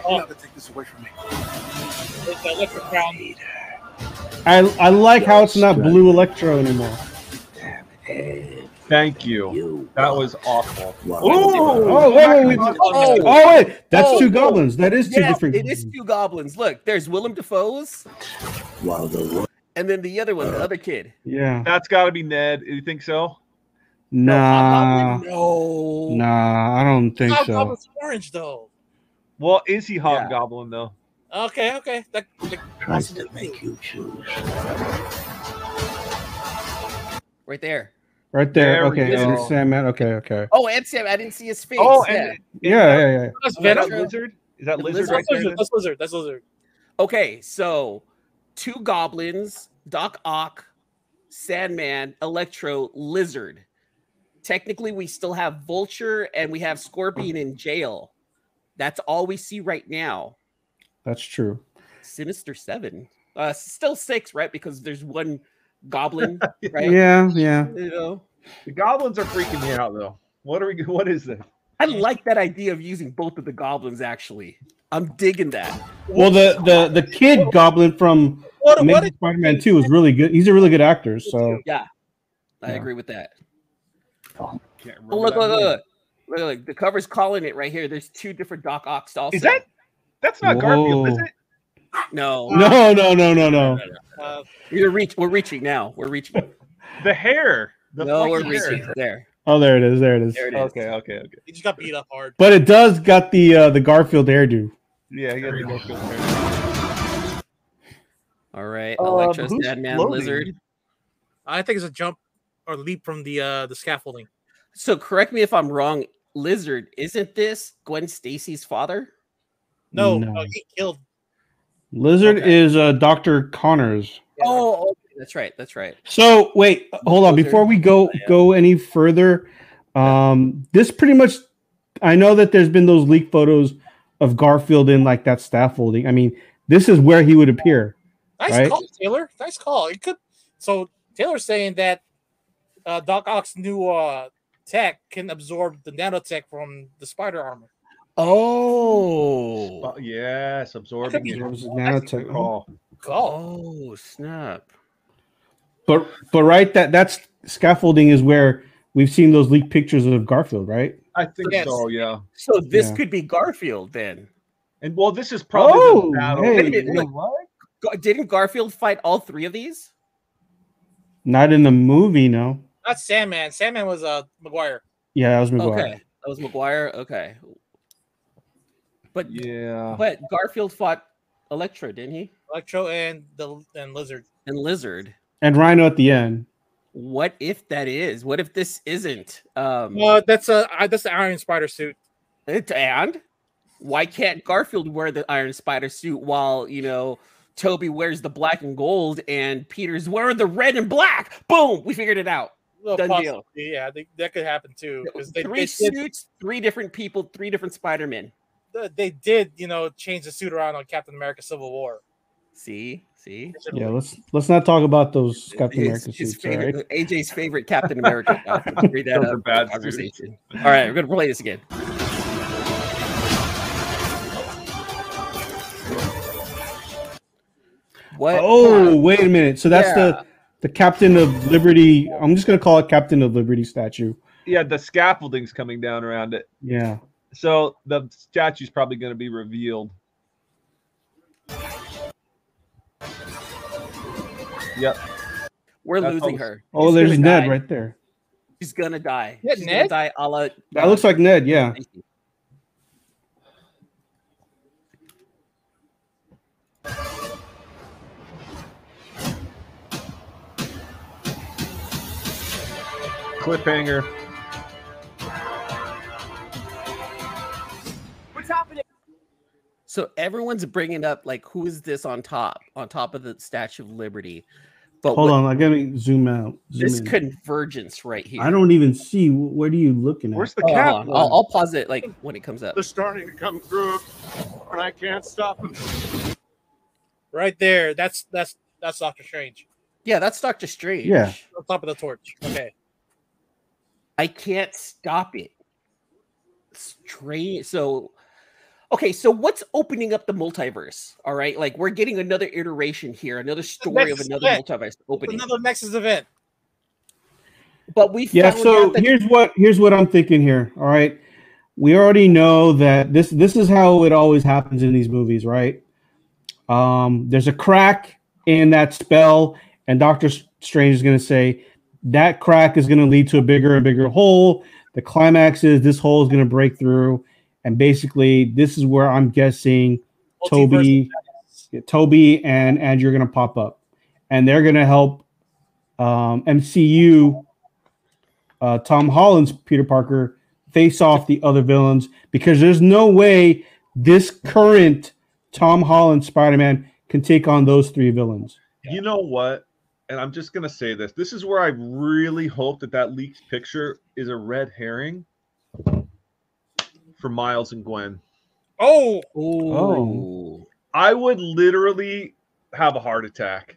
Speaker 9: You're not gonna take this away from me.
Speaker 3: It's the Electro crown.
Speaker 1: I I like how it's not blue Electro anymore.
Speaker 9: Everything
Speaker 4: Thank you.
Speaker 9: you
Speaker 4: That
Speaker 9: want.
Speaker 4: was awful.
Speaker 9: Well,
Speaker 1: Oh, wait, wait, wait.
Speaker 2: Oh,
Speaker 1: Oh,
Speaker 2: no.
Speaker 1: wait, that's
Speaker 2: Oh,
Speaker 1: two
Speaker 2: no.
Speaker 1: goblins. That is two
Speaker 2: Yes,
Speaker 1: different.
Speaker 2: it is
Speaker 1: goblins.
Speaker 2: two goblins. Look, there's Willem Dafoe's,
Speaker 9: While the world
Speaker 2: and then the other one, the other kid.
Speaker 1: Yeah.
Speaker 4: That's got to be Ned. You think so?
Speaker 1: Nah.
Speaker 2: Hobgoblin? no.
Speaker 1: Nah, I don't think
Speaker 3: Hobgoblin's
Speaker 1: so.
Speaker 3: orange though.
Speaker 4: Well, is he
Speaker 2: Yeah.
Speaker 4: Hobgoblin though?
Speaker 3: Okay, okay. That, that-
Speaker 9: tries to make you choose.
Speaker 2: Right there.
Speaker 1: Right there.
Speaker 4: There we
Speaker 1: Okay. And
Speaker 4: go.
Speaker 1: Sandman. Okay. Okay.
Speaker 2: Oh, and Sam, I didn't see his face.
Speaker 4: Oh,
Speaker 2: yeah.
Speaker 4: and
Speaker 1: Yeah. Yeah. Yeah.
Speaker 3: that's
Speaker 4: is that
Speaker 3: Venom.
Speaker 4: lizard? Is that
Speaker 2: The
Speaker 4: lizard,
Speaker 2: lizard.
Speaker 4: right
Speaker 3: That's
Speaker 4: there?
Speaker 3: lizard. That's lizard. That's lizard.
Speaker 2: Okay, so two goblins, Doc Ock, Sandman, Electro, Lizard. Technically, we still have Vulture and we have Scorpion in jail. That's all we see right now.
Speaker 1: That's true.
Speaker 2: Sinister Seven. Uh still six, right? Because there's one
Speaker 4: <laughs>
Speaker 2: goblin, right?
Speaker 1: Yeah. Yeah.
Speaker 2: You know?
Speaker 4: The goblins are freaking me out though. <laughs> What are we? What is this?
Speaker 2: I like that idea of using both of the goblins actually. I'm digging that.
Speaker 1: Well, the the the kid goblin from
Speaker 2: What- what
Speaker 1: Amazing
Speaker 2: is-
Speaker 1: Spider-Man Two is really good. He's a really good actor. So
Speaker 2: Yeah, I
Speaker 1: Yeah.
Speaker 2: agree with that.
Speaker 4: Can't
Speaker 2: Oh,
Speaker 4: remember
Speaker 2: look,
Speaker 4: that
Speaker 2: look, look,
Speaker 4: movie.
Speaker 2: look, look, look, The cover's calling it right here. There's two different Doc Ock dolls.
Speaker 4: Is that- That's not Garfield, is
Speaker 1: Whoa.
Speaker 4: it?
Speaker 2: No.
Speaker 1: no, no, no, no, no.
Speaker 3: uh,
Speaker 2: We're reach. We're reaching now. We're reaching.
Speaker 4: The hair. The
Speaker 2: no, we're
Speaker 4: fucking hair.
Speaker 2: reaching. There.
Speaker 1: Oh, there it is. There it is.
Speaker 2: There it is.
Speaker 4: Okay, okay, okay.
Speaker 3: He just got beat up hard.
Speaker 1: But it does got the uh, the Garfield hairdo.
Speaker 4: Yeah, he got the Garfield hair.
Speaker 2: All right.
Speaker 4: Um,
Speaker 2: Electro
Speaker 4: who's
Speaker 2: Sandman
Speaker 4: floating?
Speaker 2: Lizard.
Speaker 3: I think it's a jump or leap from the uh the scaffolding.
Speaker 2: So correct me if I'm wrong. Lizard, isn't this Gwen Stacy's father?
Speaker 3: No,
Speaker 1: No.
Speaker 3: no, he killed.
Speaker 1: Lizard is uh, Doctor Connors.
Speaker 2: oh, okay, that's right. That's right.
Speaker 1: So wait, hold on. Before we go go any further, um, this pretty much. I know that there's been those leaked photos of Garfield in like that scaffolding. I mean, this is where he would appear.
Speaker 3: Nice
Speaker 1: Right?
Speaker 3: call, Taylor. Nice call. It could. So Taylor's saying that uh, Doc Ock's new uh, tech can absorb the nanotech from the spider armor.
Speaker 2: Oh.
Speaker 4: Oh, yes, absorbing it.
Speaker 1: Absorbs nanotech.
Speaker 4: Oh,
Speaker 3: Call.
Speaker 2: Oh snap!
Speaker 1: But but right, that that's scaffolding is where we've seen those leaked pictures of Garfield, right?
Speaker 4: I think
Speaker 2: Yes.
Speaker 4: so. Yeah.
Speaker 2: So this
Speaker 1: Yeah.
Speaker 2: could be Garfield then.
Speaker 4: And well, this is probably
Speaker 1: Oh,
Speaker 4: the battle.
Speaker 1: hey,
Speaker 2: Wait a minute,
Speaker 4: <laughs>
Speaker 1: you
Speaker 2: look, Ga- didn't Garfield fight all three of these?
Speaker 1: Not in the movie, no.
Speaker 3: Not Sandman. Sandman was uh McGuire.
Speaker 1: Yeah, that was McGuire.
Speaker 2: Okay, that was McGuire. Okay, but
Speaker 4: Yeah.
Speaker 2: but Garfield fought Electro, didn't he?
Speaker 3: Electro and the and Lizard.
Speaker 2: And Lizard.
Speaker 1: And Rhino at the end.
Speaker 2: What if that is? What if this isn't? Um,
Speaker 3: Uh, that's a I that's the Iron Spider suit.
Speaker 2: it- and why can't Garfield wear the Iron Spider suit while you know Toby wears the black and gold and Peter's wearing the red and black? Boom, we figured it out.
Speaker 3: Well,
Speaker 2: Done
Speaker 3: possibly,
Speaker 2: deal.
Speaker 3: Yeah, I think that could happen too because they,
Speaker 2: three
Speaker 3: they did,
Speaker 2: suits, three different people, three different Spider Men.
Speaker 3: they did you know change the suit around on Captain America: Civil War.
Speaker 2: See, see,
Speaker 1: Yeah, let's let's not talk about those Captain
Speaker 2: his,
Speaker 1: America
Speaker 2: his
Speaker 1: suits, all right?
Speaker 2: favorite, AJ's favorite Captain America. outfit. Let's read that
Speaker 4: Those are
Speaker 2: up.
Speaker 4: bad
Speaker 2: conversation. All right, we're gonna play this again. What?
Speaker 1: Oh, wait a minute. So that's
Speaker 2: Uh, Yeah.
Speaker 1: the the Captain of Liberty. I'm just gonna call it Captain of Liberty statue.
Speaker 4: Yeah, the scaffolding's coming down around it.
Speaker 1: Yeah.
Speaker 4: So the statue's probably going to be revealed. Yep.
Speaker 2: We're
Speaker 4: That's
Speaker 2: losing
Speaker 4: always-
Speaker 2: her.
Speaker 1: Oh,
Speaker 2: She's
Speaker 1: there's
Speaker 2: gonna
Speaker 1: Ned
Speaker 2: die.
Speaker 1: right there.
Speaker 2: She's gonna die.
Speaker 3: Yeah,
Speaker 2: She's
Speaker 3: Ned?
Speaker 2: gonna die. A la,
Speaker 1: That looks like Ned. Yeah.
Speaker 4: Cliffhanger.
Speaker 11: What's happening?
Speaker 2: So everyone's bringing up like, who is this on top? On top of the Statue of Liberty. But
Speaker 1: Hold
Speaker 2: what-
Speaker 1: on. I gotta zoom out. Zoom
Speaker 2: this
Speaker 1: in.
Speaker 2: convergence right here.
Speaker 1: I don't even see. wh- What are you looking at?
Speaker 4: Where's the
Speaker 2: Hold
Speaker 4: cat?
Speaker 2: on, I'll, I'll pause it like when it comes up.
Speaker 6: They're starting to come through, and I can't stop them.
Speaker 3: Right there. That's that's that's Doctor Strange
Speaker 2: Yeah, that's Doctor Strange.
Speaker 1: Yeah.
Speaker 3: on top of the torch. Okay.
Speaker 2: I can't stop it. Strange. So, okay. So, what's opening up the multiverse? All right. Like, we're getting another iteration here, another story of
Speaker 3: next
Speaker 2: another
Speaker 3: event.
Speaker 2: multiverse opening.
Speaker 3: Another Nexus event.
Speaker 2: But we
Speaker 1: yeah
Speaker 2: found
Speaker 1: so
Speaker 2: out that
Speaker 1: here's what here's what i'm thinking here all right we already know that this this is how it always happens in these movies right um there's a crack in that spell and doctor strange is going to say that crack is going to lead to a bigger and bigger hole the climax is this hole is going to break through and basically this is where i'm guessing toby yeah, toby and andrew are going to pop up and they're going to help um, mcu uh, Tom Holland's Peter Parker face off the other villains because there's no way this current Tom Holland Spider Man can take on those three villains.
Speaker 4: You know what? And I'm just gonna say this. This is where I really hope that that leaked picture is a red herring for Miles and Gwen.
Speaker 3: Oh,
Speaker 2: oh,
Speaker 4: I would literally have a heart attack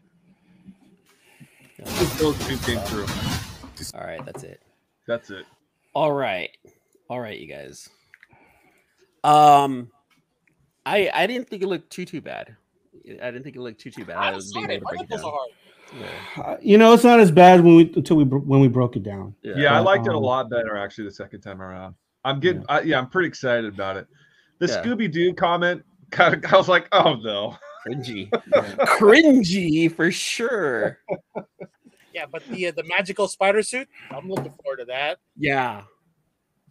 Speaker 4: if those two came through.
Speaker 2: all right, that's it.
Speaker 4: That's it.
Speaker 2: All right, all right, you guys. Um, I I didn't think it looked too too bad. I didn't think it looked too too bad. I was being able to break it down.
Speaker 1: Uh, you know, it's not as bad when we until we bro- when we broke it down.
Speaker 4: Yeah, I liked it a lot better actually the second time around. I'm getting, yeah, I, yeah I'm pretty excited about it. The
Speaker 2: Yeah.
Speaker 4: Scooby Doo comment, <laughs> kind of, I was like, oh no,
Speaker 2: cringy, cringy for sure.
Speaker 3: Yeah, but the uh, the magical spider suit, I'm looking forward to that.
Speaker 2: Yeah.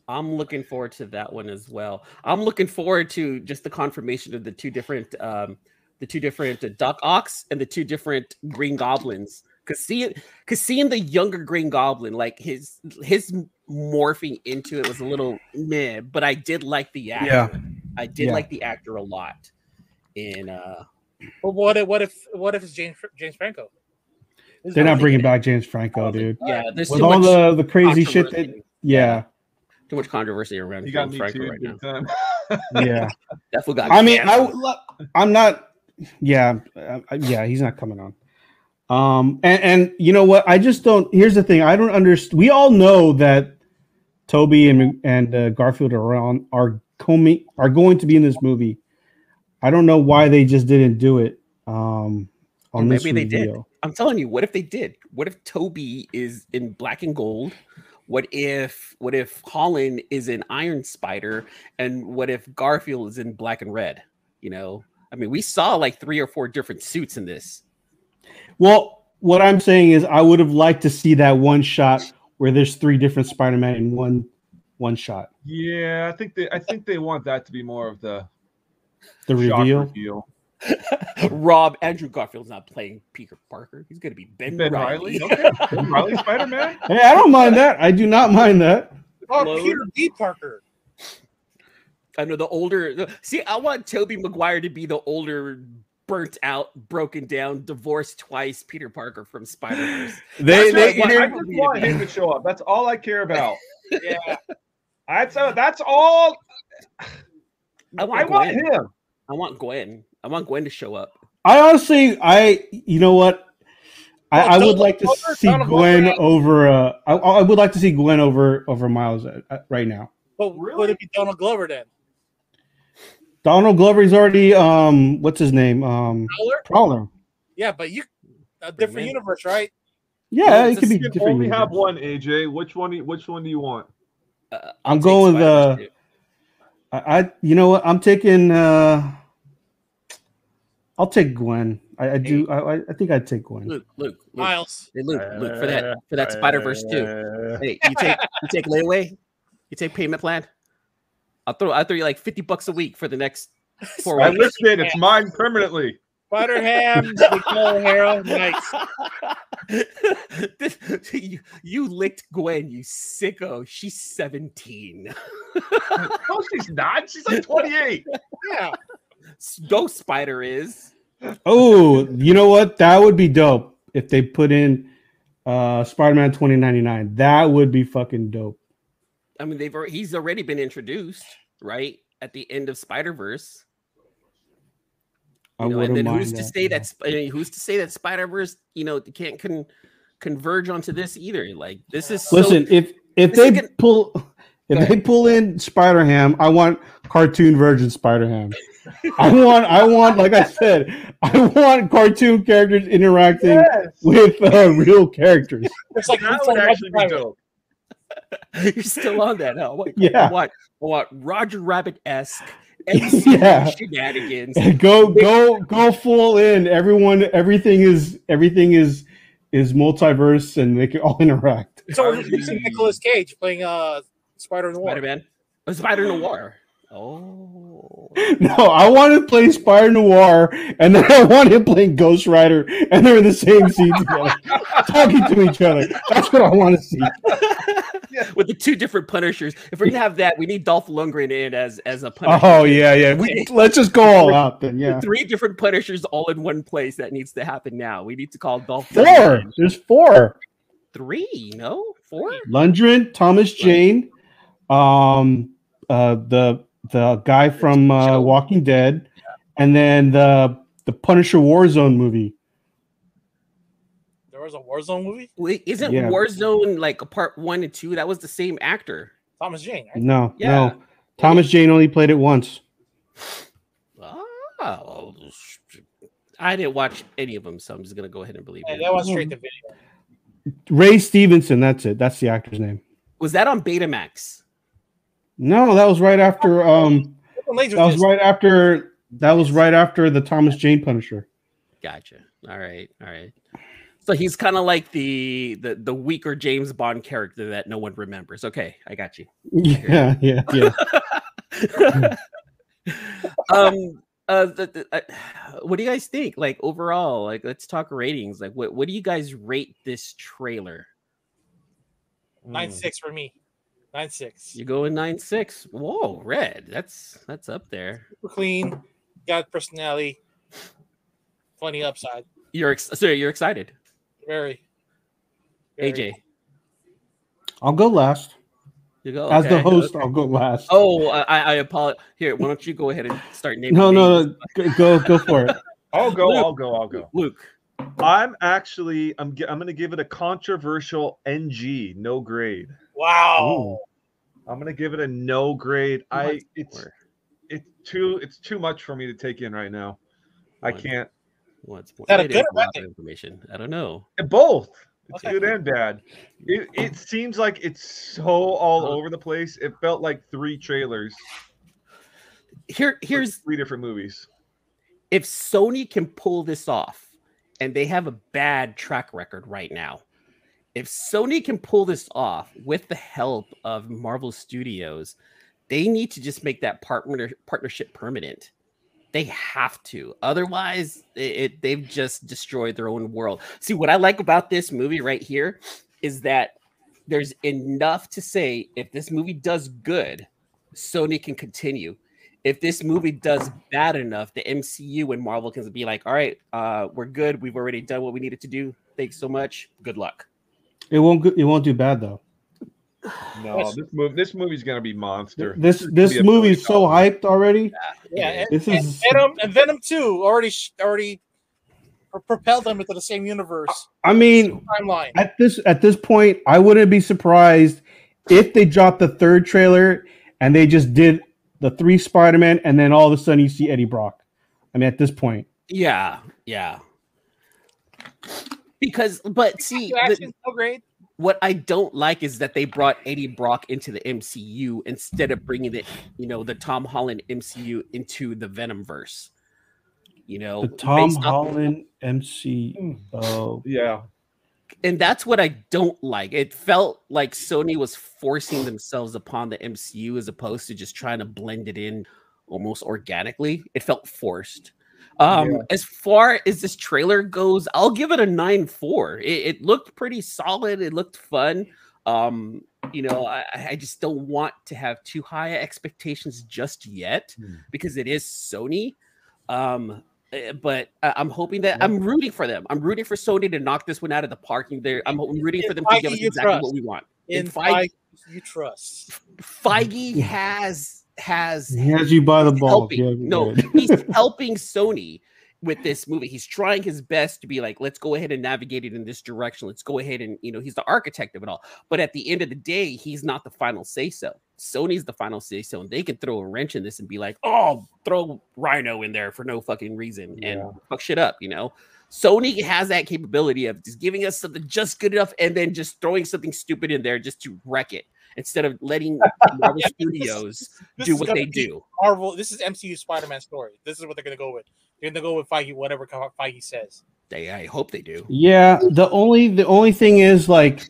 Speaker 2: I'm looking forward to that one as well. I'm looking forward to just the confirmation of the two different um the two different uh, Doc Ox and the two different Green Goblins. Cause seeing cause seeing the younger Green Goblin, like his his morphing into it was a little meh, but I did like the actor. I did
Speaker 1: Yeah.
Speaker 2: like the actor a lot. In uh
Speaker 3: But what if what if what if it's James James Franco?
Speaker 1: They're not bringing back James Franco, dude.
Speaker 2: yeah, there's
Speaker 1: with
Speaker 2: too
Speaker 1: all
Speaker 2: much
Speaker 1: the the crazy shit that yeah
Speaker 2: too much controversy around
Speaker 4: You
Speaker 2: James
Speaker 4: got me
Speaker 2: Franco
Speaker 4: too,
Speaker 2: right
Speaker 4: big
Speaker 2: now. <laughs>
Speaker 1: yeah.
Speaker 2: That's what got
Speaker 1: I mean, I
Speaker 2: canceled.
Speaker 1: would lo- I'm not. Yeah, uh, yeah, he's not coming on. Um, and and you know what? I just don't. Here's the thing. I don't understand. We all know that Toby and and uh, Garfield are on are coming are going to be in this movie. I don't know why they just didn't do it. Um,
Speaker 2: Or
Speaker 1: on this
Speaker 2: maybe they did.
Speaker 1: reveal.
Speaker 2: I'm telling you, what if they did? What if Toby is in black and gold? What if what if Holland is in Iron Spider? And what if Garfield is in black and red? You know, I mean, we saw like three or four different suits in
Speaker 4: <laughs>
Speaker 2: this.
Speaker 1: Well, what I'm saying is, I would have liked to see that one shot where there's three different Spider-Man in one one shot.
Speaker 4: yeah. I think they, I think they want that to be more of the
Speaker 1: The
Speaker 4: shock
Speaker 1: reveal.
Speaker 4: reveal.
Speaker 2: Rob Andrew Garfield's not playing Peter Parker. He's gonna be Ben,
Speaker 4: Ben
Speaker 2: Riley. <laughs>
Speaker 4: Riley, okay. Ben Riley Spider-Man?
Speaker 1: Hey, I don't mind that. I do not mind that.
Speaker 3: Oh,
Speaker 2: Load.
Speaker 3: Peter B. Parker.
Speaker 2: I know the older. See, I want Toby Maguire to be the older, burnt out, broken down, divorced twice Peter Parker from Spider Verse.
Speaker 1: They-
Speaker 4: That's
Speaker 1: they-
Speaker 4: what I, want. I
Speaker 1: they're-
Speaker 4: just want him to show up. That's all I care about.
Speaker 3: Yeah,
Speaker 4: That's uh, that's all.
Speaker 2: I
Speaker 4: I want
Speaker 2: Gwen.
Speaker 4: him.
Speaker 2: I want Gwen. I want Gwen to show up.
Speaker 1: I honestly, I you know what, I,
Speaker 2: Oh,
Speaker 1: I would
Speaker 2: Donald
Speaker 1: like to
Speaker 2: Glover,
Speaker 1: see
Speaker 2: Donald
Speaker 1: Gwen
Speaker 2: Glover.
Speaker 1: over. Uh, I, I would like to see Gwen over over Miles uh, uh, right now.
Speaker 3: but would it be Donald Glover then?
Speaker 1: Donald Glover's already um, what's his name? Um,
Speaker 3: Prowler?
Speaker 1: Prowler.
Speaker 3: Yeah, but you a different universe, right?
Speaker 1: Yeah, it could be
Speaker 4: You can
Speaker 1: different.
Speaker 4: only
Speaker 1: universe.
Speaker 4: have one, AJ. Which one? do you- Which one do you want?
Speaker 2: uh,
Speaker 1: I'm going with uh, I, I you know what? I'm taking. uh I'll take Gwen. I, I do. I, I- I think I'd take Gwen.
Speaker 2: Luke, Luke, Luke.
Speaker 3: Miles.
Speaker 2: Hey, Luke, Luke for that
Speaker 1: Uh,
Speaker 2: for that Spider Verse
Speaker 4: Uh,
Speaker 2: too. Hey, you take you take layaway, you take payment plan. I'll throw I will throw you like fifty bucks a week for the next four
Speaker 4: I
Speaker 2: weeks.
Speaker 4: listed it. It's mine permanently.
Speaker 3: Spider Ham,
Speaker 2: <laughs>
Speaker 3: Nicole O'Hara, nice.
Speaker 2: This- you, you licked Gwen, you sicko. She's seventeen.
Speaker 4: No, she's not. She's like 28.
Speaker 3: Yeah.
Speaker 2: Ghost Spider is.
Speaker 1: Oh, you know what? That would be dope if they put in uh Spider-Man 2099. That would be fucking dope.
Speaker 2: I mean, they've alre- he's already been introduced, right? At the end of Spider Verse.
Speaker 1: I
Speaker 2: you know, and
Speaker 1: wouldn't
Speaker 2: then
Speaker 1: mind
Speaker 2: who's to
Speaker 1: that.
Speaker 2: say that Sp- I mean, who's to say that Spider Verse, you know, can't con- converge onto this either? Like this is so-
Speaker 1: Listen, if if
Speaker 2: this is
Speaker 1: they
Speaker 2: gonna-
Speaker 1: pull if they pull in Spider Ham, I want cartoon version Spider Ham. I want I want like I said, I want cartoon characters interacting with uh, real characters.
Speaker 3: It's like
Speaker 4: That
Speaker 3: it's
Speaker 4: would
Speaker 3: like
Speaker 4: actually be
Speaker 3: Roger Rabbit.
Speaker 4: dope.
Speaker 2: <laughs> you're still on that, huh? What,
Speaker 1: Yeah.
Speaker 2: I want, I want Roger Rabbit
Speaker 1: <laughs>
Speaker 2: esque
Speaker 1: Yeah.
Speaker 2: shenanigans.
Speaker 1: go go go full in. Everyone everything is everything is is multiverse and they can all interact.
Speaker 3: So we're mixing Nicolas Cage playing uh Spider Noir.
Speaker 2: Spider Man, Spider Noir. Oh,
Speaker 1: <laughs> No, I want to play Spider Noir, and then I want him playing Ghost Rider, and they're in the same scene <laughs> together, talking to each other. That's what I want to see.
Speaker 2: with the two different Punishers. If we're gonna have that, we need Dolph Lundgren in as as a Punisher.
Speaker 1: Oh yeah, yeah. We, let's just go all out then.
Speaker 2: The
Speaker 1: Yeah,
Speaker 2: Three different Punishers all in one place. That needs to happen now. We need to call Dolph.
Speaker 1: four.
Speaker 2: Lundgren.
Speaker 1: There's four.
Speaker 2: Three? No, four.
Speaker 1: Lundgren, Thomas Jane, um, uh, the the guy from uh, Walking Dead, and then the the Punisher Warzone movie.
Speaker 3: There was a Warzone movie.
Speaker 2: Wait, isn't
Speaker 1: Yeah.
Speaker 2: Warzone like a part one and two? That was the same actor.
Speaker 3: Thomas Jane. Right?
Speaker 1: No,
Speaker 2: Yeah.
Speaker 1: no. Thomas Jane only played it once.
Speaker 2: Well, Oh, I didn't watch any of them, so I'm just gonna go ahead and believe
Speaker 3: And
Speaker 2: it.
Speaker 3: that went straight to video.
Speaker 1: Ray Stevenson. That's it. That's the actor's name.
Speaker 2: Was that on Betamax?
Speaker 1: No, that was right after. Um, that was right after. That was right after the Thomas Jane Punisher.
Speaker 2: Gotcha. All right, all right. So he's kind of like the, the the weaker James Bond character that no one remembers. Okay, I got you. <laughs>
Speaker 1: <laughs> Yeah, yeah, yeah.
Speaker 2: um uh, the, the, uh what do you guys think like overall like let's talk ratings like what, what do you guys rate this trailer
Speaker 3: Nine six for me. Nine six.
Speaker 2: you go in nine six whoa red that's that's up there
Speaker 3: Super clean. Got personality. Funny upside.
Speaker 2: you're ex- so you're excited
Speaker 3: Very.
Speaker 2: aj
Speaker 1: I'll go last.
Speaker 2: you go
Speaker 1: As the
Speaker 2: okay,
Speaker 1: host,
Speaker 2: okay.
Speaker 1: I'll go last.
Speaker 2: oh i i, I apologize here why don't you go ahead and start naming
Speaker 1: No,
Speaker 2: names?
Speaker 1: no, no. Go, go, go for
Speaker 2: <laughs>
Speaker 1: it.
Speaker 4: I'll go.
Speaker 2: Luke.
Speaker 4: I'll go. I'll go.
Speaker 2: Luke.
Speaker 4: I'm actually. I'm. gi- I'm going to give it a controversial NG. No grade.
Speaker 2: Oh.
Speaker 3: Wow.
Speaker 4: I'm going to give it a no grade. I.
Speaker 2: much
Speaker 4: It's.
Speaker 2: more.
Speaker 4: It's too. It's too much for me to take in right now. I
Speaker 2: One.
Speaker 4: can't.
Speaker 2: What's more?
Speaker 3: that a
Speaker 2: it
Speaker 3: good
Speaker 2: is
Speaker 3: or
Speaker 2: lot
Speaker 3: bad?
Speaker 2: of information i don't know
Speaker 4: eh, Both. It's
Speaker 3: Okay.
Speaker 4: good and bad. It,
Speaker 1: <laughs>
Speaker 4: it seems like it's so all
Speaker 1: Uh-huh.
Speaker 4: over the place. It felt like three trailers.
Speaker 2: here here's
Speaker 4: three different movies.
Speaker 2: if Sony can pull this off, and they have a bad track record right now, if Sony can pull this off with the help of Marvel Studios, they need to just make that partner partnership permanent. They have to, otherwise, it, it- they've just destroyed their own world. See, what I like about this movie right here is that there's enough to say if this movie does good, Sony can continue if this movie does bad enough, the MCU and Marvel can be like, all right, uh, we're good. We've already done what we needed to do. Thanks so much. Good luck.
Speaker 1: It won't. Go, it won't do bad though.
Speaker 4: No, this movie. This movie's going to be monster.
Speaker 1: This
Speaker 4: is gonna
Speaker 1: this
Speaker 4: be a
Speaker 1: movie is so hyped already.
Speaker 3: Yeah. And,
Speaker 1: This
Speaker 3: and
Speaker 1: is-
Speaker 3: Venom and Venom two already sh- already pro- propelled them into the same universe
Speaker 1: I mean,
Speaker 3: timeline.
Speaker 1: at this at this point, I wouldn't be surprised if they dropped the third trailer and they just did the three Spider Man, and then all of a sudden you see Eddie Brock. I mean, at this point,
Speaker 2: Yeah. Yeah. Because, but see,
Speaker 3: Two
Speaker 2: the-
Speaker 3: actions, no grade.
Speaker 2: what I don't like is that they brought Eddie Brock into the MCU instead of bringing the, you know, the Tom Holland MCU into the Venom verse. You know,
Speaker 1: the Tom
Speaker 2: Oh, based off-
Speaker 1: Holland MC. Oh,
Speaker 4: Yeah.
Speaker 2: and that's what I don't like. It felt like Sony was forcing themselves upon the MCU as opposed to just trying to blend it in almost organically. It felt forced. Um, as far as this trailer goes, I'll give it a nine four. It, it looked pretty solid. It looked fun. Um, you know, I, I I just don't want to have too high expectations just yet
Speaker 4: Hmm.
Speaker 2: because it is Sony. Um, eh, but I- I'm hoping that I'm rooting for them. I'm rooting for Sony to knock this one out of the parking. There, I'm, I'm rooting for them to
Speaker 3: Feige
Speaker 2: give us
Speaker 3: you
Speaker 2: exactly
Speaker 3: trust.
Speaker 2: what we want.
Speaker 3: In
Speaker 2: And
Speaker 3: five,
Speaker 2: Feige,
Speaker 3: you trust.
Speaker 2: Feige has has
Speaker 1: he has you by the ball.
Speaker 2: helping. no,
Speaker 1: <laughs>
Speaker 2: he's
Speaker 3: <laughs>
Speaker 2: helping Sony with this movie. He's trying his best to be like, let's go ahead and navigate it in this direction. Let's go ahead and you know, he's the architect of it all. But at the end of the day, he's not the final say so. Sony's the final say so, and they can throw a wrench in this and be like, oh, throw Rhino in there for no fucking reason
Speaker 4: Yeah.
Speaker 2: and fuck shit up, you know. Sony has that capability of just giving us something just good enough and then just throwing something stupid in there just to wreck it instead of
Speaker 3: <laughs>
Speaker 2: letting Marvel
Speaker 3: Yeah, this is-
Speaker 2: Studios
Speaker 3: this
Speaker 2: do
Speaker 3: is
Speaker 2: what
Speaker 3: gonna
Speaker 2: they
Speaker 3: be
Speaker 2: do.
Speaker 3: Marvel. This is MCU Spider Man story. This is what they're gonna go with. They're gonna go with Feige, whatever Fe- Feige says.
Speaker 2: They, I hope they do.
Speaker 1: Yeah, the only the only thing is like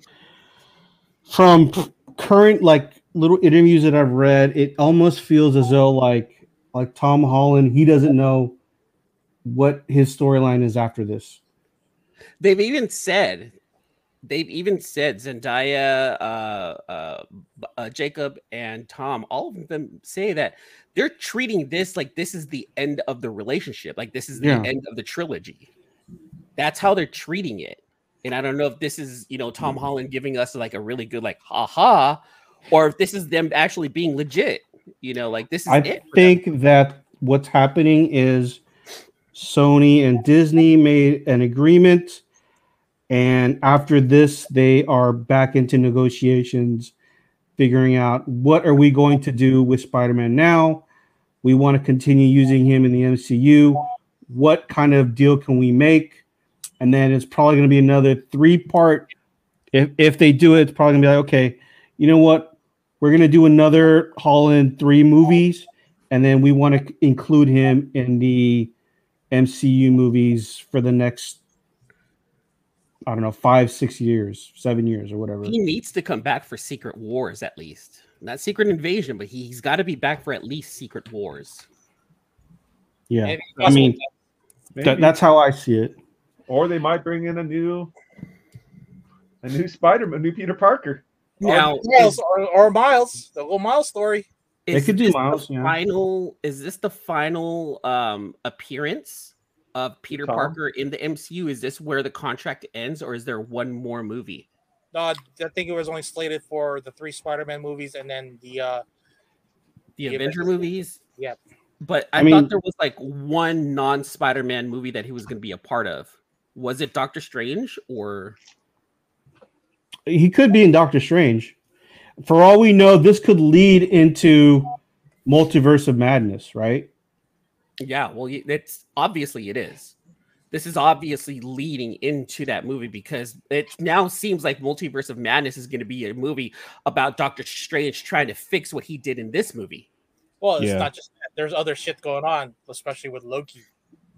Speaker 1: from p- current like little interviews that I've read, it almost feels as though like like Tom Holland, he doesn't know what his storyline is after this.
Speaker 2: They've even said, they've even said Zendaya, uh, uh, B- uh, Jacob, and Tom. All of them say that they're treating this like this is the end of the relationship, like this is the
Speaker 1: Yeah.
Speaker 2: end of the trilogy. That's how they're treating it. And I don't know if this is you know
Speaker 1: Mm-hmm.
Speaker 2: Tom Holland giving us like a really good like haha, or if this is them actually being legit. You know, like this is it.
Speaker 1: I
Speaker 2: for them.
Speaker 1: think that what's happening is Sony and Disney made an agreement, and after this, they are back into negotiations, figuring out what are we going to do with Spider-Man now. We want to continue using him in the MCU. What kind of deal can we make? And then it's probably going to be another three part. If, if they do it, it's probably going to be like, okay, you know what? We're going to do another Holland three movies. And then we want to include him in the MCU movies for the next, I don't know, five, six years, seven years, or whatever.
Speaker 2: He needs to come back for Secret Wars at least. Not Secret Invasion, but he's got to be back for at least Secret Wars.
Speaker 1: Yeah. I mean, that,
Speaker 4: Maybe.
Speaker 1: that's how I see it.
Speaker 4: Or they might bring in a new, a new Spider, a new Peter Parker.
Speaker 2: Now,
Speaker 3: Miles or, or Miles, the little Miles story.
Speaker 1: They could do
Speaker 2: this the
Speaker 1: Miles, yeah.
Speaker 2: Final is this the final um appearance of Peter
Speaker 3: Tom?
Speaker 2: Parker in the MCU? Is this where the contract ends, or is there one more movie?
Speaker 3: Uh, I think it was only slated for the three Spider-Man movies and then the uh
Speaker 2: The Avenger movies?
Speaker 3: Yep.
Speaker 2: But I,
Speaker 1: I mean-
Speaker 2: thought there was like one non-Spider-Man movie that he was going to be a part of. Was it Doctor Strange or
Speaker 1: He could be in Doctor Strange. For all we know, this could lead into Multiverse of Madness, right?
Speaker 2: Yeah, well, y- that's obviously it is. This is obviously leading into that movie because it now seems like Multiverse of Madness is going to be a movie about Doctor Strange trying to fix what he did in this movie.
Speaker 3: Well, it's
Speaker 1: Yeah.
Speaker 3: not just that. There's other shit going on, especially with Loki.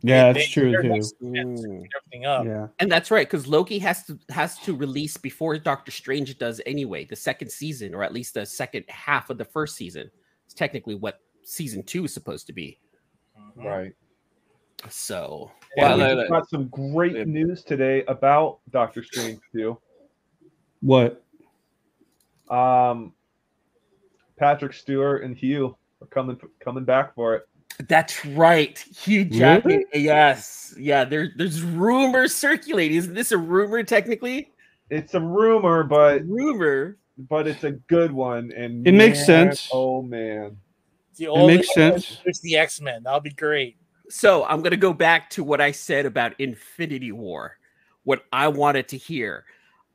Speaker 1: Yeah,
Speaker 3: They-
Speaker 1: that's true
Speaker 3: they're
Speaker 1: too.
Speaker 3: messing Everything up.
Speaker 1: Yeah.
Speaker 2: And that's right because Loki has to has to release before Doctor Strange does anyway. The second season, or at least the second half of the first season, is technically what season two is supposed to be.
Speaker 3: Mm-hmm.
Speaker 4: Right.
Speaker 2: So,
Speaker 4: Yeah,
Speaker 2: Well,
Speaker 4: we
Speaker 2: uh,
Speaker 4: just got some great news today about Doctor Strange too.
Speaker 1: What?
Speaker 4: Um, Patrick Stewart and Hugh are coming coming back for it.
Speaker 2: That's right. Hugh Jackman. Yes. Yeah, there, there's rumors circulating. Isn't this a rumor technically?
Speaker 4: It's a rumor, but
Speaker 2: rumor,
Speaker 4: but it's a good one, and
Speaker 1: It makes
Speaker 4: man,
Speaker 1: sense.
Speaker 4: Oh man,
Speaker 3: The
Speaker 1: makes sense.
Speaker 3: It's the X-Men. That'll be great.
Speaker 2: So I'm gonna go back to what I said about Infinity War. What I wanted to hear.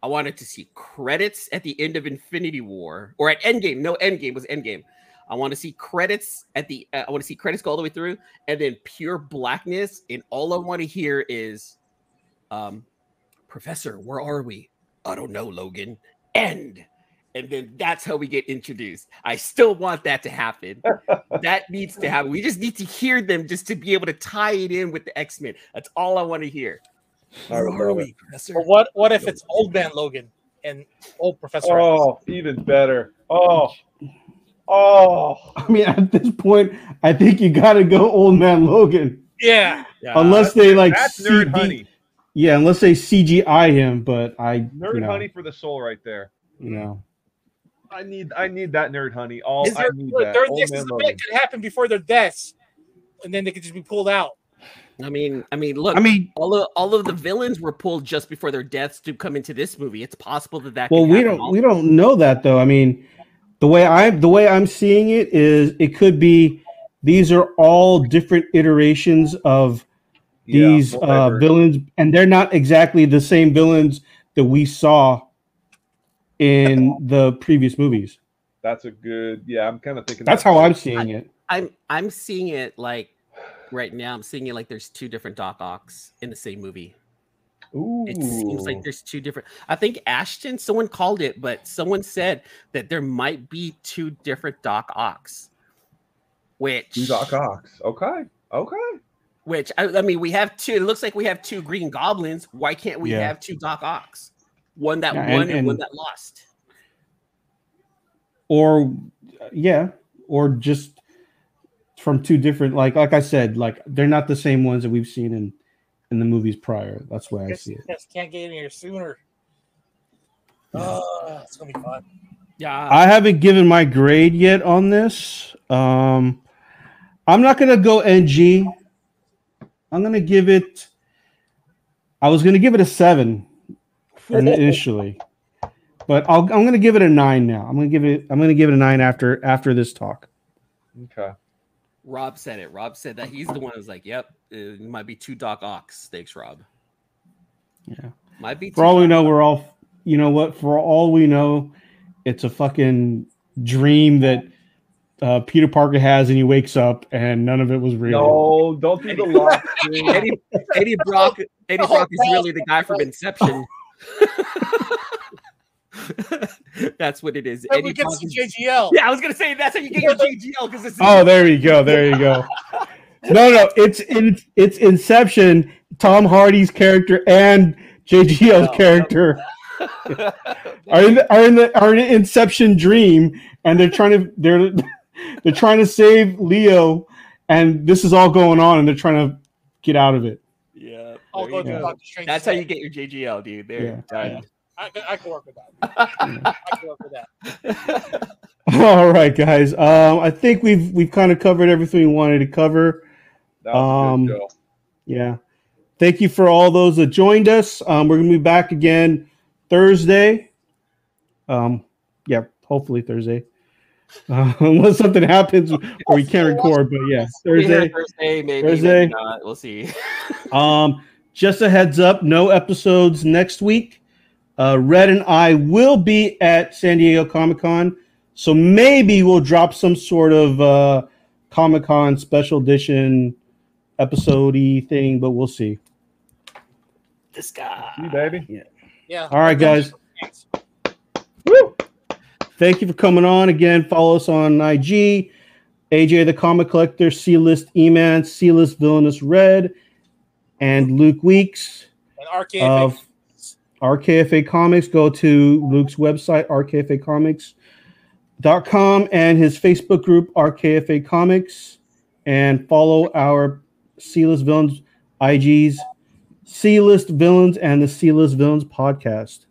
Speaker 2: I wanted to see credits at the end of Infinity War or at Endgame. No, Endgame was Endgame. I want to see credits at the. Uh, I want to see credits go all the way through, and then pure blackness. And all I want to hear is, um, Professor, where are we? I don't know, Logan. End. And then that's how we get introduced. I still want that to happen. that needs to happen. We just need to hear them just to be able to tie it in with the X Men. That's all I want to hear. Where are we, Professor?
Speaker 3: But what what if it's old man Logan and old Professor?
Speaker 4: Oh, even better. Oh, oh.
Speaker 1: <laughs> I mean, at this point, I think you got to go Old Man Logan.
Speaker 3: Yeah.
Speaker 1: unless they like
Speaker 4: that's nerd
Speaker 1: CG
Speaker 4: honey.
Speaker 1: Yeah, unless they CGI him, but I
Speaker 4: Nerd
Speaker 1: you know,
Speaker 4: honey for the soul, right there.
Speaker 1: You know,
Speaker 4: I need I need that nerd honey. All
Speaker 3: Is
Speaker 4: I
Speaker 3: there,
Speaker 4: need
Speaker 3: look,
Speaker 4: that.
Speaker 3: their
Speaker 4: Old
Speaker 3: next
Speaker 4: man
Speaker 3: event
Speaker 4: Logan.
Speaker 3: could happen before their deaths, and then they could just be pulled out.
Speaker 2: I mean, I mean, look.
Speaker 1: I mean-
Speaker 2: all of, all of the villains were pulled just before their deaths to come into this movie. It's possible that that.
Speaker 1: well,
Speaker 2: could
Speaker 1: we
Speaker 2: happen
Speaker 1: don't we don't know that though. I mean, the way I the way I'm seeing it is it could be these are all different iterations of
Speaker 4: Yeah,
Speaker 1: these uh,
Speaker 4: whatever.
Speaker 1: villains, and they're not exactly the same villains that we saw in the previous movies.
Speaker 4: That's a good. Yeah, I'm kind of thinking.
Speaker 1: That's
Speaker 4: that
Speaker 1: how
Speaker 4: too.
Speaker 1: I'm seeing it.
Speaker 2: I'm I'm seeing it like right now. I'm seeing it like there's two different Doc Ocks in the same movie.
Speaker 4: Ooh.
Speaker 2: It seems like there's two different. I think Ashton. Someone called it, but someone said that there might be two different Doc Ocks. Which
Speaker 4: Doc Ock. Okay. Okay.
Speaker 2: Which I, I mean, we have two. It looks like we have two Green Goblins. Why can't we
Speaker 1: Yeah.
Speaker 2: have two Doc Ocks? One that
Speaker 1: Yeah,
Speaker 2: won
Speaker 1: and-
Speaker 2: and, one
Speaker 1: and-
Speaker 2: that lost.
Speaker 1: or yeah or just from two different like like i said like they're not the same ones that we've seen in in the movies prior that's why i
Speaker 3: Just,
Speaker 1: see it
Speaker 3: just can't get in here sooner. Oh, it's gonna be fun.
Speaker 2: Yeah.
Speaker 1: i haven't given my grade yet on this um i'm not gonna go ng i'm gonna give it i was gonna give it a seven in- initially but I'll, i'm gonna give it a nine now i'm gonna give it i'm gonna give it a nine after after this talk
Speaker 4: Okay.
Speaker 2: Rob said it. Rob said that he's the one who's like, "Yep, it might be two Doc Ox." Thanks, Rob.
Speaker 1: Yeah.
Speaker 2: might be.
Speaker 1: For all we know, we're all you know what? For all we know, it's a fucking dream that uh, Peter Parker has, and he wakes up, and none of it was real.
Speaker 12: No, don't do the lock. dude.
Speaker 2: Eddie,
Speaker 1: <laughs>
Speaker 2: Eddie Brock. Eddie Brock is really the guy from Inception. <laughs> that's what it is.
Speaker 3: But we get
Speaker 2: Brock
Speaker 3: some
Speaker 2: is-
Speaker 3: JGL.
Speaker 2: Yeah, I was gonna say that's how you get your JGL because it's
Speaker 1: Oh, there you go. There you go. No, no, it's in, it's Inception. Tom Hardy's character and JGL's character are in the, are in the are in an Inception dream, and they're trying to they're they're trying to save Leo, and this is all going on, and they're trying to get out of it.
Speaker 2: Yeah,
Speaker 3: I'll
Speaker 2: there you
Speaker 3: go to
Speaker 2: go.
Speaker 3: Doctor Strange
Speaker 2: That's how you get your JGL, dude. There,
Speaker 1: Yeah.
Speaker 2: done.
Speaker 3: I, can- I can work with that. I can work with that.
Speaker 2: <laughs>
Speaker 1: <laughs> All right, guys. Um, I think we've we've kind of covered everything we wanted to cover.
Speaker 4: That was good, Joe.
Speaker 1: yeah. Thank you for all those that joined us. Um, we're gonna be back again Thursday. Um, yeah, hopefully Thursday, <laughs> uh, unless something happens or we can't record. But yeah,
Speaker 2: Thursday,
Speaker 1: Thursday.
Speaker 2: Thursday, maybe,
Speaker 1: Thursday.
Speaker 2: maybe not. We'll see.
Speaker 1: Um, just a heads up, no episodes next week. Uh, Red and I will be at San Diego Comic Con, so maybe we'll drop some sort of uh, Comic Con special edition episode thing, but we'll see.
Speaker 2: This guy.
Speaker 4: You baby.
Speaker 1: Yeah.
Speaker 3: Yeah.
Speaker 1: All right, guys. Thank you for coming on again. Follow us on IG, AJ the Comic Collector, C List E Man, C List Villainous Red, and Luke Weeks.
Speaker 3: And RKFA.
Speaker 1: of RKFA Comics. Go to Luke's website, rkfacomics.com, and his Facebook group, RKFA Comics, and follow our C List Villains IGs, C List Villains, and the C List Villains podcast.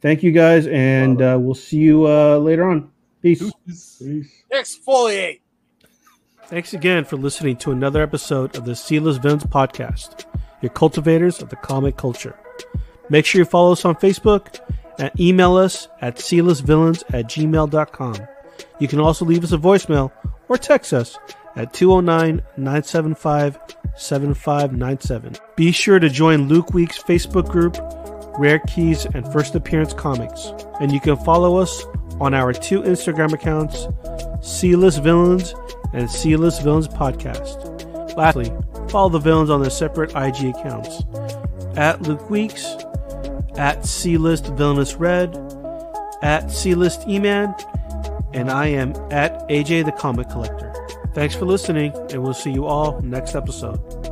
Speaker 1: Thank you guys, and uh, we'll see you uh, later on. Peace.
Speaker 3: Exfoliate.
Speaker 13: Thanks again for listening to another episode of the Sealess Villains Podcast, your cultivators of the comic culture. Make sure you follow us on Facebook and email us at sealessvillains at gmail.com. You can also leave us a voicemail or text us at 209 975 7597. Be sure to join Luke Week's Facebook group, Rare Keys and First Appearance Comics, and you can follow us on our two Instagram accounts, Sealess Villains and Sealess Villains Podcast. Lastly, follow the villains on their separate IG accounts at Luke Weeks, at C List Villainous Red, at C List E Man, and I am at AJ the Comic Collector. Thanks for listening, and we'll see you all next episode.